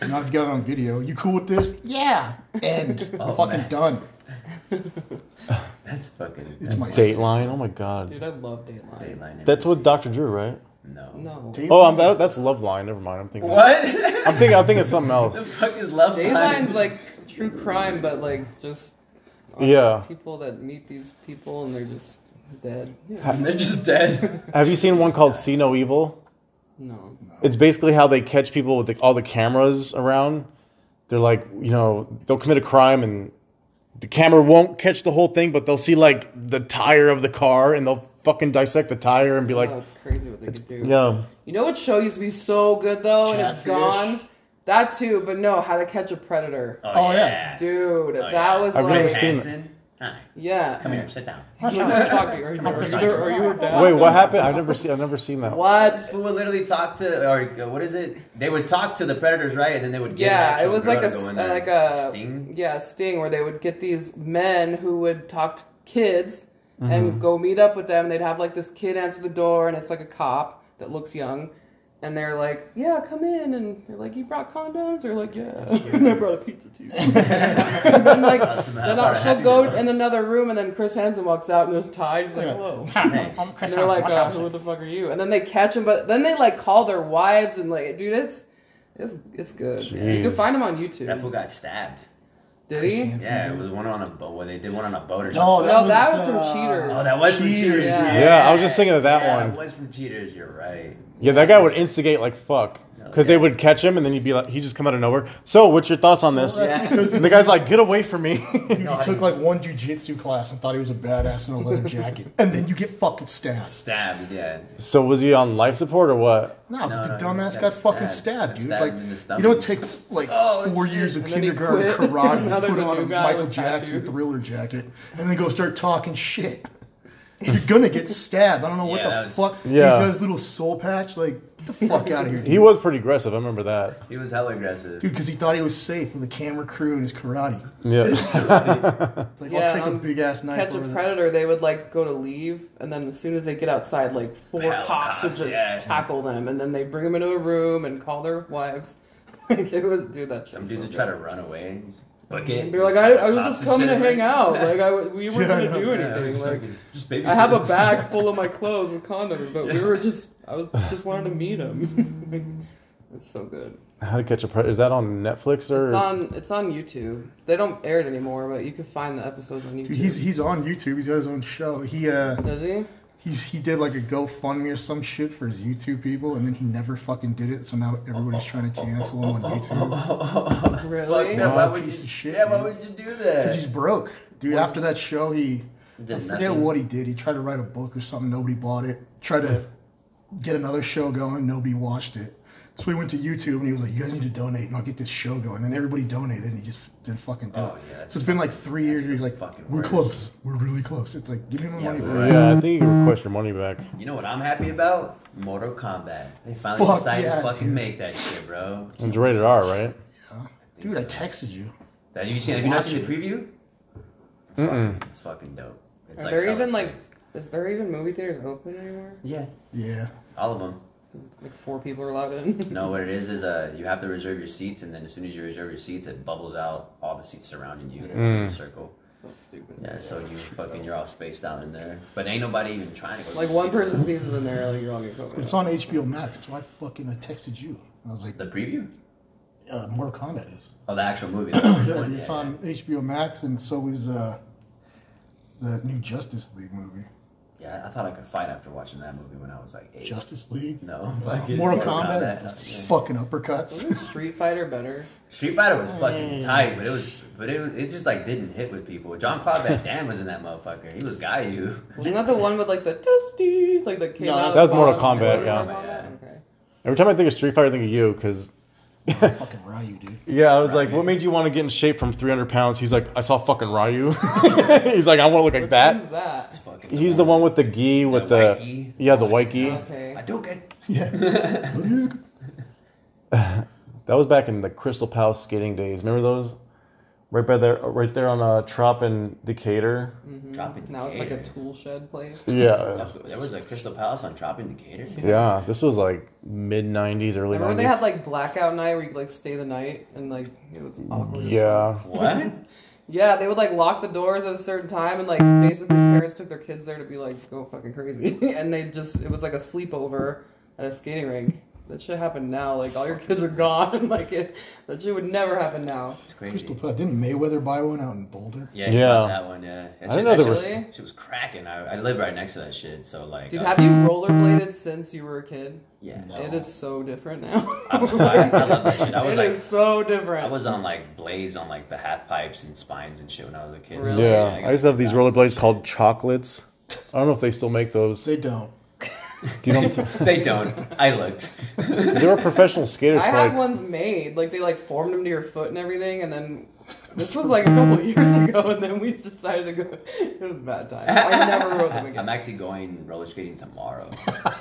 Speaker 2: You know, I've got it on video. You cool with this? Yeah. (laughs) End.
Speaker 3: Oh,
Speaker 2: fucking
Speaker 3: man.
Speaker 2: done.
Speaker 3: (laughs) that's fucking.
Speaker 2: It's
Speaker 3: That's
Speaker 2: my
Speaker 1: Dateline, oh my god.
Speaker 5: Dude, I love Dateline.
Speaker 3: Dateline.
Speaker 1: That's what Dr. Drew, right?
Speaker 3: No.
Speaker 5: No.
Speaker 2: Dateline
Speaker 1: Oh, I'm, that, that's Love Line. Never mind. I'm thinking.
Speaker 3: What? (laughs)
Speaker 1: I'm thinking. I'm thinking of something else.
Speaker 3: the fuck is love line?
Speaker 5: Dateline's like true crime, but like just
Speaker 1: Yeah.
Speaker 5: people that meet these people and they're just dead. Yeah.
Speaker 3: They're just dead.
Speaker 1: Have you seen one called See No Evil?
Speaker 5: No.
Speaker 1: It's basically how they catch people with the, all the cameras around. They're like, you know, they'll commit a crime and the camera won't catch the whole thing, but they'll see like the tire of the car and they'll fucking dissect the tire and be like,
Speaker 5: oh, it's crazy what they could do.
Speaker 1: yeah,
Speaker 5: You know what show used to be so good though, and it's
Speaker 2: Catfish.
Speaker 5: gone? That too, but no, How to Catch a Predator.
Speaker 2: Oh, yeah. Oh,
Speaker 5: Dude, that
Speaker 3: Oh, yeah.
Speaker 5: was
Speaker 1: I've
Speaker 5: like,
Speaker 1: never seen-
Speaker 3: Hanson. Hi.
Speaker 5: yeah.
Speaker 3: Come here. Sit down.
Speaker 5: You just fucked me right there. Or you were- or you were down.
Speaker 1: Wait, what happened? I've never seen. I've never seen that.
Speaker 5: What?
Speaker 3: Who would literally talk to, or uh, what is it? They would talk to the predators, right? And then they would get an
Speaker 5: Yeah,
Speaker 3: actual
Speaker 5: it was
Speaker 3: girl
Speaker 5: like
Speaker 3: to
Speaker 5: a uh,
Speaker 3: go in there
Speaker 5: like
Speaker 3: and
Speaker 5: a
Speaker 3: sting.
Speaker 5: yeah sting where they would get these men who would talk to kids and go meet up with them. They'd have like this kid answer the door, and it's like a cop that looks young, and they're like, "Yeah, come in," and they're like, "You brought condoms?" They're like, "Yeah," (laughs) and I brought a pizza too. and
Speaker 3: (laughs)
Speaker 5: then like
Speaker 3: That's about-
Speaker 5: then
Speaker 3: about a
Speaker 5: I'll, she'll
Speaker 3: happy
Speaker 5: go
Speaker 3: meal.
Speaker 5: in another room, and then Chris Hansen walks out and is tied. He's like, "Hello." (laughs)
Speaker 2: I'm
Speaker 5: And
Speaker 2: Chris
Speaker 5: they're like, uh,
Speaker 2: Hansen.
Speaker 5: "Who the fuck are you?" And then they catch him, but then they like call their wives and like, dude, it's it's it's good.
Speaker 1: Jeez.
Speaker 5: You can find him on YouTube.
Speaker 3: That fool got stabbed.
Speaker 5: Did he?
Speaker 3: Yeah, it was one on a boat. Well, they did one on a boat or
Speaker 2: No,
Speaker 3: something.
Speaker 2: that
Speaker 5: No,
Speaker 2: was,
Speaker 5: that was from
Speaker 2: uh,
Speaker 5: Cheaters.
Speaker 3: oh, that was from
Speaker 2: Cheaters,
Speaker 3: Cheaters.
Speaker 5: yeah.
Speaker 1: Yeah, I was just thinking of that
Speaker 3: Yeah,
Speaker 1: one.
Speaker 3: It was from Cheaters. You're right.
Speaker 1: Yeah, that guy would instigate like fuck because they
Speaker 3: Yeah.
Speaker 1: would catch him and then you'd be like, he just come out of nowhere. So, what's your thoughts on this? (laughs)
Speaker 2: That's because
Speaker 1: And the guy's like, get away from me. (laughs)
Speaker 2: you took like one jujitsu class and thought he was a badass in a
Speaker 3: (laughs)
Speaker 2: leather jacket, and then you get fucking stabbed.
Speaker 3: Stabbed. Yeah.
Speaker 1: so, was he on life support or what?
Speaker 2: No,
Speaker 3: No,
Speaker 2: but the
Speaker 3: no, he
Speaker 2: dumbass
Speaker 3: got
Speaker 2: got fucking stabbed,
Speaker 3: stabbed.
Speaker 2: dude.
Speaker 3: Stabbed
Speaker 2: Like,
Speaker 3: in the
Speaker 2: you
Speaker 3: stomach.
Speaker 2: don't take like four years of
Speaker 5: Oh, And then he
Speaker 2: kindergarten
Speaker 5: quit. (laughs)
Speaker 2: karate
Speaker 5: Now
Speaker 2: and
Speaker 5: there's
Speaker 2: put
Speaker 5: a
Speaker 2: on a
Speaker 5: new guy
Speaker 2: Michael
Speaker 5: with
Speaker 2: Jackson
Speaker 5: tattoos.
Speaker 2: thriller jacket and then go start talking shit. You're gonna get stabbed. I don't know what
Speaker 3: Yeah, that
Speaker 2: the
Speaker 3: was-
Speaker 2: fuck.
Speaker 1: Yeah.
Speaker 2: He's got his little soul patch. Like, get the
Speaker 5: (laughs)
Speaker 2: fuck out of here, dude.
Speaker 1: He was pretty aggressive. I remember that.
Speaker 3: He was hella aggressive.
Speaker 2: Dude, because he thought he was safe with a camera crew and his karate.
Speaker 1: Yeah.
Speaker 2: It's like,
Speaker 5: Yeah,
Speaker 2: I'll take a
Speaker 5: um,
Speaker 2: big ass knife.
Speaker 5: Catch a
Speaker 2: over there.
Speaker 5: predator, they would like go to leave, and then as soon as they get outside, like four
Speaker 3: Hell,
Speaker 5: cops would
Speaker 3: cops,
Speaker 5: just
Speaker 3: yeah.
Speaker 5: tackle them, and then they bring them into a room and call their wives. (laughs) Like they would do that.
Speaker 3: Some dudes
Speaker 5: shit so
Speaker 3: would try
Speaker 5: good.
Speaker 3: to run away. Just Book it.
Speaker 5: They're like, I, I was
Speaker 3: Cops
Speaker 5: just
Speaker 3: and
Speaker 5: coming to
Speaker 3: shit,
Speaker 5: hang
Speaker 3: right? (laughs)
Speaker 5: out. Like I, w- we weren't
Speaker 2: Yeah, I
Speaker 5: gonna do
Speaker 2: know.
Speaker 3: Yeah,
Speaker 5: anything.
Speaker 3: just
Speaker 5: like
Speaker 3: fucking- just
Speaker 5: I have a
Speaker 3: babysit.
Speaker 5: bag full of my clothes with condoms, but we were just I was just wanted to meet him. (laughs) Like, it's so good.
Speaker 1: (laughs) How to catch a predator? Is that on Netflix or?
Speaker 5: It's on it's on YouTube. They don't air it anymore, but you can find the episodes on YouTube.
Speaker 2: Dude, he's he's on YouTube. He's got his own show. He uh
Speaker 5: Does he?
Speaker 2: he's he did like a GoFundMe or some shit for his YouTube people, and then he never fucking did it. So now everybody's trying to cancel him
Speaker 5: (laughs)
Speaker 2: on YouTube
Speaker 5: Really?
Speaker 3: Fuck that. Why
Speaker 2: Oh,
Speaker 3: would
Speaker 2: piece
Speaker 3: you?
Speaker 2: of shit,
Speaker 3: yeah, why
Speaker 2: dude.
Speaker 3: would you do
Speaker 2: because he's
Speaker 3: that?
Speaker 2: broke, dude. After that show, he I
Speaker 3: Did
Speaker 2: forget
Speaker 3: nothing.
Speaker 2: what he did. He tried to write a book or something. Nobody bought it. Tried to get another show going. Nobody watched it. So he went to YouTube and he was like, "You guys need to donate, and I'll get this show going." And everybody donated, and he just didn't fucking do
Speaker 3: Oh,
Speaker 2: it.
Speaker 3: yeah, that's
Speaker 2: so it's been like three years.
Speaker 3: the
Speaker 2: Where he's like,
Speaker 3: fucking
Speaker 2: "We're
Speaker 3: worst.
Speaker 2: close. We're really close." It's like, give me my
Speaker 3: Yeah,
Speaker 2: money
Speaker 3: right.
Speaker 2: back.
Speaker 1: Yeah, I think you can request your money back.
Speaker 3: You know what I'm happy about? Mortal Kombat. They finally
Speaker 2: Fuck
Speaker 3: decided
Speaker 2: yeah,
Speaker 3: to fucking
Speaker 2: dude.
Speaker 3: make that shit, bro.
Speaker 1: It's rated R, right?
Speaker 2: Dude, I texted you.
Speaker 3: That you seen? Have you not
Speaker 2: Watch
Speaker 3: seen the
Speaker 2: it.
Speaker 3: preview? It's fucking, it's fucking dope. It's
Speaker 5: Are there
Speaker 3: hella
Speaker 5: even like
Speaker 3: sick.
Speaker 5: is there even movie theaters open anymore?
Speaker 3: yeah,
Speaker 2: Yeah.
Speaker 3: all of them.
Speaker 5: Like four people are allowed in. (laughs)
Speaker 3: No, what it is is uh, you have to reserve your seats, and then as soon as you reserve your seats, it bubbles out all the seats surrounding you
Speaker 2: Mm.
Speaker 3: in a circle.
Speaker 5: That's stupid.
Speaker 3: Yeah, so you fucking you're all spaced out in there, but ain't nobody even trying to go. to
Speaker 5: Like
Speaker 3: the
Speaker 5: one
Speaker 3: theater.
Speaker 5: person sneezes in there, like you're all get COVID.
Speaker 2: It's on HBO Max. That's why I fucking I texted you. I was like,
Speaker 3: The preview
Speaker 2: uh, Mortal Kombat is.
Speaker 3: of Oh, the
Speaker 1: (coughs)
Speaker 3: actual movie. that's what
Speaker 2: (laughs)
Speaker 3: I'm
Speaker 2: Yeah,
Speaker 3: doing,
Speaker 2: it's
Speaker 3: yeah,
Speaker 2: on HBO Max, and so is uh, the new Justice League movie.
Speaker 3: yeah. Yeah, I thought I could fight after watching that movie when I was like eight.
Speaker 2: Justice League.
Speaker 3: no,
Speaker 2: Mortal,
Speaker 3: (laughs) fucking
Speaker 2: Kombat.
Speaker 3: yeah.
Speaker 2: Just fucking (laughs) uppercuts.
Speaker 5: Isn't Street Fighter better?
Speaker 3: Street Fighter was fucking tight, but it was, but it was, it just like didn't hit with people. John Claude
Speaker 1: (laughs)
Speaker 3: Van Damme was in that motherfucker. He was Gaiju.
Speaker 5: Wasn't that the one with like the dusty, like that came
Speaker 2: No,
Speaker 5: out?
Speaker 2: that
Speaker 1: was Mortal
Speaker 5: bottom-
Speaker 1: Kombat,
Speaker 5: Mortal
Speaker 3: yeah.
Speaker 5: Kombat? Okay.
Speaker 1: Every time I think of Street Fighter, I think of you because
Speaker 2: fucking Ryu, dude.
Speaker 1: yeah, I was like, what made you want to get in shape from 300 pounds? He's like, I saw fucking Ryu. (laughs) He's like, I want to look like
Speaker 5: Who's
Speaker 1: that.
Speaker 5: that?
Speaker 3: Fucking
Speaker 1: He's the one with the gi with
Speaker 3: The
Speaker 1: the,
Speaker 3: white gi?
Speaker 1: yeah the white gi.
Speaker 5: Okay.
Speaker 3: I do get
Speaker 5: (laughs)
Speaker 2: Yeah.
Speaker 3: Mm-hmm.
Speaker 2: Dude.
Speaker 1: That was back in the Crystal Palace skating days. Remember those? Right by there, right there on uh, Trop and Decatur.
Speaker 3: dropping.
Speaker 5: Now it's like a
Speaker 3: Decatur.
Speaker 5: tool shed place.
Speaker 1: Yeah,
Speaker 3: There was a Crystal Palace on dropping Decatur.
Speaker 1: Uh, yeah. This was like mid '90s, early
Speaker 5: Remember when
Speaker 1: '90s.
Speaker 5: they had like blackout night where you could like stay the night and like it was awkward. as fuck.
Speaker 1: yeah,
Speaker 3: What?
Speaker 5: Yeah, they would like lock the doors at a certain time and like basically parents took their kids there to be like go fucking crazy. (laughs) and they just it was like a sleepover at a skating rink. That shit happened now. Like all your kids are gone. (laughs) like it, that shit would never happen now.
Speaker 1: (laughs)
Speaker 3: It's crazy.
Speaker 2: Crystal Palace. Didn't Mayweather buy one out in Boulder?
Speaker 3: Yeah,
Speaker 1: Yeah.
Speaker 3: yeah. that one. Yeah, That
Speaker 1: I didn't
Speaker 3: shit-
Speaker 1: know there
Speaker 3: that shit
Speaker 1: was-
Speaker 5: Really?
Speaker 3: was- She was cracking. I, I live right next to that shit, so like,
Speaker 5: Dude,
Speaker 3: uh,
Speaker 5: have you rollerbladed since you were a kid?
Speaker 3: yeah,
Speaker 2: No.
Speaker 5: It is so different now.
Speaker 3: (laughs) I, I,
Speaker 5: (laughs)
Speaker 3: I love that shit. I
Speaker 5: It
Speaker 3: was
Speaker 5: is
Speaker 3: like,
Speaker 5: so
Speaker 3: I
Speaker 5: different.
Speaker 3: was on like blades on like the half pipes and spines and shit when I was a kid.
Speaker 5: Really?
Speaker 1: yeah.
Speaker 3: got
Speaker 1: I used to have these
Speaker 3: that.
Speaker 1: rollerblades called chocolates. I don't know if they still make those.
Speaker 2: They don't.
Speaker 1: Do you know? What I'm t-
Speaker 3: They don't. I
Speaker 5: (laughs)
Speaker 3: looked.
Speaker 1: (laughs) they were professional skaters
Speaker 5: I
Speaker 1: for
Speaker 5: had
Speaker 1: like
Speaker 5: ones made, like they like formed them to your foot and everything, and then this was like a couple (laughs) years ago, and then we decided to go. It was bad time. I never rode
Speaker 3: (laughs) I'm
Speaker 5: them again.
Speaker 3: actually going roller
Speaker 1: (laughs)
Speaker 3: skating tomorrow.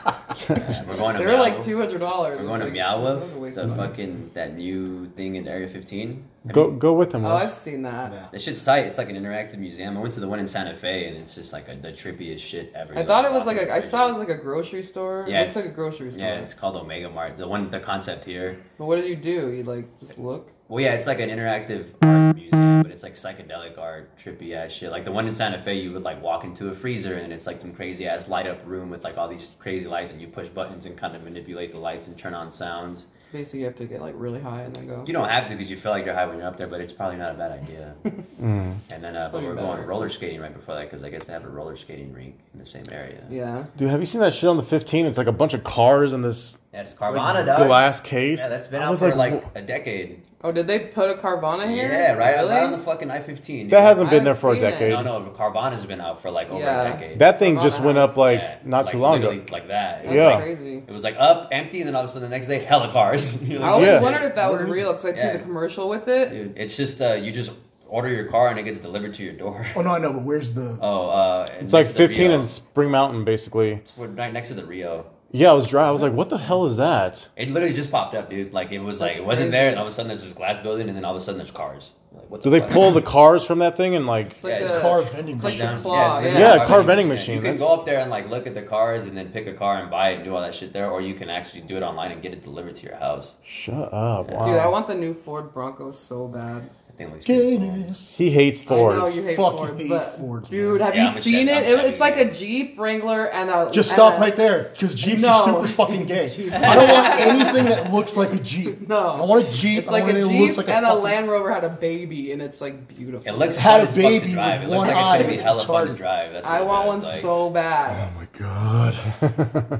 Speaker 3: Yeah, we're going to
Speaker 5: They were like
Speaker 3: Meow-
Speaker 5: two hundred dollars.
Speaker 3: We're going to
Speaker 5: like, that was a
Speaker 3: Meowwolf,
Speaker 5: waste
Speaker 3: the
Speaker 5: of money.
Speaker 3: fucking that new thing in Area 15. Have
Speaker 1: go
Speaker 3: you-
Speaker 1: go with them.
Speaker 5: Oh,
Speaker 1: Wes.
Speaker 5: I've seen that.
Speaker 2: Yeah.
Speaker 3: That shit's tight. It's like an interactive museum. I went to the one in Santa Fe, and it's just like a, the trippiest shit ever.
Speaker 5: I thought it was like
Speaker 3: walking
Speaker 5: a. I
Speaker 3: through
Speaker 5: saw it
Speaker 3: just-
Speaker 5: was like a grocery store.
Speaker 3: Yeah,
Speaker 5: Yeah, it's
Speaker 3: it's-
Speaker 5: like a grocery store.
Speaker 3: Yeah, it's called Omega Mart. The one, the concept here.
Speaker 5: But what did you do? You like just look.
Speaker 3: Well, yeah, it's like an interactive art museum, but it's like psychedelic art, trippy ass shit. Like the one in Santa Fe, you would like walk into a freezer, and it's like some crazy ass light up room with like all these crazy lights, and you push buttons and kind of manipulate the lights and turn on sounds.
Speaker 5: Basically, you have to get like really high and then go.
Speaker 3: You don't have to because you feel like you're high when you're up there, but it's probably not a bad idea. And then, uh, but
Speaker 5: Probably
Speaker 3: we're going
Speaker 5: better.
Speaker 3: roller skating right before that because I guess they have a roller skating rink in the same area.
Speaker 5: Yeah.
Speaker 1: Dude, have you seen that shit on the 15? It's like a bunch of cars in this
Speaker 3: That's Carvana, dog.
Speaker 1: glass case.
Speaker 3: Yeah, that's been
Speaker 1: I
Speaker 3: out
Speaker 1: was
Speaker 3: for like,
Speaker 1: wha-
Speaker 3: a decade.
Speaker 5: Oh, did they put a Carvana here?
Speaker 3: Yeah, right,
Speaker 5: Really?
Speaker 3: right on the fucking I fifteen.
Speaker 1: that hasn't
Speaker 5: I
Speaker 1: been there
Speaker 5: haven't
Speaker 1: for a
Speaker 5: seen it.
Speaker 1: decade.
Speaker 3: No, no, Carvana's been out for like over a
Speaker 5: Yeah.
Speaker 3: decade.
Speaker 1: That thing
Speaker 5: Carvana
Speaker 1: just went
Speaker 5: has-
Speaker 1: up like
Speaker 3: Yeah,
Speaker 1: not
Speaker 3: like,
Speaker 1: too long
Speaker 3: literally
Speaker 1: ago.
Speaker 3: Like that. It
Speaker 5: That's
Speaker 3: was
Speaker 1: Yeah.
Speaker 3: like,
Speaker 5: crazy.
Speaker 3: it was like up, empty, and then all of a sudden the next day, (laughs) hella cars. You're
Speaker 5: I
Speaker 3: like,
Speaker 5: always
Speaker 1: Yeah.
Speaker 5: wondered if that was real because I see
Speaker 3: Yeah.
Speaker 5: the commercial with it.
Speaker 3: Dude, it's just uh, you just order your car and it gets delivered to your door. (laughs)
Speaker 2: Oh no, I know, but where's the?
Speaker 3: Oh, uh, and
Speaker 1: It's like
Speaker 3: next to the
Speaker 1: 15
Speaker 3: Rio.
Speaker 1: in Spring Mountain, basically.
Speaker 3: We're right next to the Rio.
Speaker 1: Yeah, I was dry. I was like, what the hell is that?
Speaker 3: It literally just popped up, dude. Like it was like it wasn't
Speaker 5: crazy.
Speaker 3: there, and all of a sudden there's this glass building, and then all of a sudden there's cars. Like, what
Speaker 1: Do
Speaker 3: the
Speaker 1: they
Speaker 3: fuck?
Speaker 1: pull
Speaker 3: (laughs)
Speaker 1: the cars from that thing and like?
Speaker 5: It's like
Speaker 3: Yeah,
Speaker 5: a
Speaker 2: car vending
Speaker 5: It's like
Speaker 2: machine.
Speaker 5: the claw.
Speaker 3: it's
Speaker 5: Yeah.
Speaker 3: like
Speaker 1: Yeah, a car vending machine,
Speaker 3: You can
Speaker 1: that's-
Speaker 3: go up there and like look at the cars and then pick a car and buy it and do all that shit there, or you can actually do it online and get it delivered to your house.
Speaker 1: Shut up!
Speaker 5: Dude, I
Speaker 1: Wow.
Speaker 5: want the new Ford Bronco so bad.
Speaker 3: That thing looks pretty cool.
Speaker 2: Guinness.
Speaker 1: He hates
Speaker 5: I know
Speaker 1: Fords.
Speaker 5: you hate
Speaker 2: Fucking
Speaker 5: Fords,
Speaker 2: hate
Speaker 5: but
Speaker 2: Fords,
Speaker 5: dude,
Speaker 2: man.
Speaker 5: have
Speaker 3: Yeah,
Speaker 5: you
Speaker 3: I'm a
Speaker 5: seen
Speaker 3: shit-
Speaker 5: it?
Speaker 3: I'm
Speaker 5: it?
Speaker 3: shit.
Speaker 5: It's like a Jeep Wrangler and a
Speaker 2: Just
Speaker 5: and
Speaker 2: stop
Speaker 5: a-
Speaker 2: right there, because Jeeps are
Speaker 5: Uh, No.
Speaker 2: super fucking
Speaker 5: (laughs)
Speaker 2: gay. I don't want anything that looks like a Jeep.
Speaker 5: No.
Speaker 2: I don't want a Jeep.
Speaker 5: It's
Speaker 2: I
Speaker 5: like
Speaker 2: want
Speaker 5: a
Speaker 2: anything that
Speaker 5: Jeep
Speaker 2: Oh, looks like a
Speaker 5: and a
Speaker 2: fucking-
Speaker 5: Land Rover had a baby, and it's like beautiful.
Speaker 3: It looks
Speaker 2: Had
Speaker 3: had
Speaker 2: a
Speaker 3: fun as fuck
Speaker 2: baby
Speaker 3: to drive. It
Speaker 2: with
Speaker 3: looks
Speaker 2: one
Speaker 3: like it's
Speaker 2: eye.
Speaker 3: gonna be hella fun to
Speaker 2: Retarded.
Speaker 3: drive. That's
Speaker 5: I
Speaker 3: what it
Speaker 5: want
Speaker 3: is,
Speaker 5: one
Speaker 3: like-
Speaker 5: so bad.
Speaker 2: Oh my god.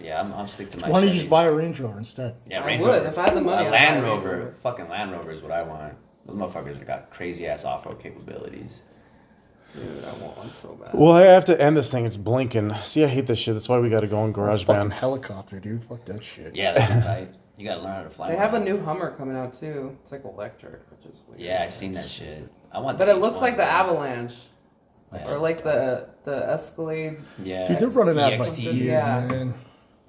Speaker 3: Yeah, I'm, I'm stick to my.
Speaker 2: Why don't you just
Speaker 3: Chevys.
Speaker 2: buy a Range Rover instead?
Speaker 3: Yeah,
Speaker 5: I
Speaker 3: Range
Speaker 5: would.
Speaker 3: Rover.
Speaker 5: If I had the money,
Speaker 3: A
Speaker 5: I'd
Speaker 3: Land
Speaker 5: buy a Range
Speaker 3: Rover.
Speaker 5: Rover.
Speaker 3: Fucking Land Rover is what I want. Those motherfuckers have got crazy ass off road capabilities.
Speaker 5: Dude, I want one so bad.
Speaker 1: Well, I have to end this thing. It's blinking. See, I hate this shit. That's why we got to go on
Speaker 2: Fucking
Speaker 1: GarageBand.
Speaker 2: helicopter, dude. Fuck that shit.
Speaker 3: Yeah, that's tight. You gotta learn how to fly.
Speaker 5: They
Speaker 3: one.
Speaker 5: have a new Hummer coming out too. It's like electric, which is weird.
Speaker 3: Yeah, I seen that shit. I want.
Speaker 5: But
Speaker 3: the
Speaker 5: it looks
Speaker 3: H1s,
Speaker 5: like the
Speaker 3: man.
Speaker 5: Avalanche
Speaker 3: Yeah.
Speaker 5: or like the the Escalade.
Speaker 3: yeah,
Speaker 2: Dude, they're running out by
Speaker 3: CXT.
Speaker 2: years,
Speaker 5: Yeah.
Speaker 2: man.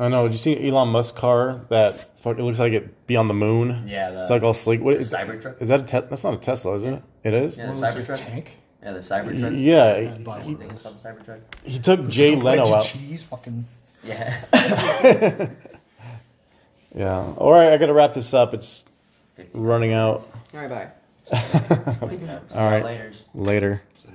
Speaker 1: I know. Did you see Elon Musk car? That fuck. It looks like it be on the moon.
Speaker 3: Yeah, the-
Speaker 1: It's like all sleek. What is,
Speaker 3: Cybertruck.
Speaker 1: is that? A te- that's not a Tesla, is it? It is.
Speaker 3: Yeah, the
Speaker 2: Looks like a
Speaker 3: Cybertruck.
Speaker 2: tank.
Speaker 3: Yeah, the Cybertruck.
Speaker 1: Yeah,
Speaker 2: I'd buy
Speaker 3: I
Speaker 2: one
Speaker 3: think it's
Speaker 2: of those.
Speaker 3: called the Cybertruck.
Speaker 1: he took Jay
Speaker 2: Ranch
Speaker 1: Leno
Speaker 2: of (laughs)
Speaker 1: out.
Speaker 2: Cheese, fucking.
Speaker 3: Yeah.
Speaker 1: Yeah. All right, I got to wrap this up. It's running out. (laughs)
Speaker 5: All right, bye.
Speaker 3: All
Speaker 1: All right.
Speaker 3: Later.
Speaker 1: Later.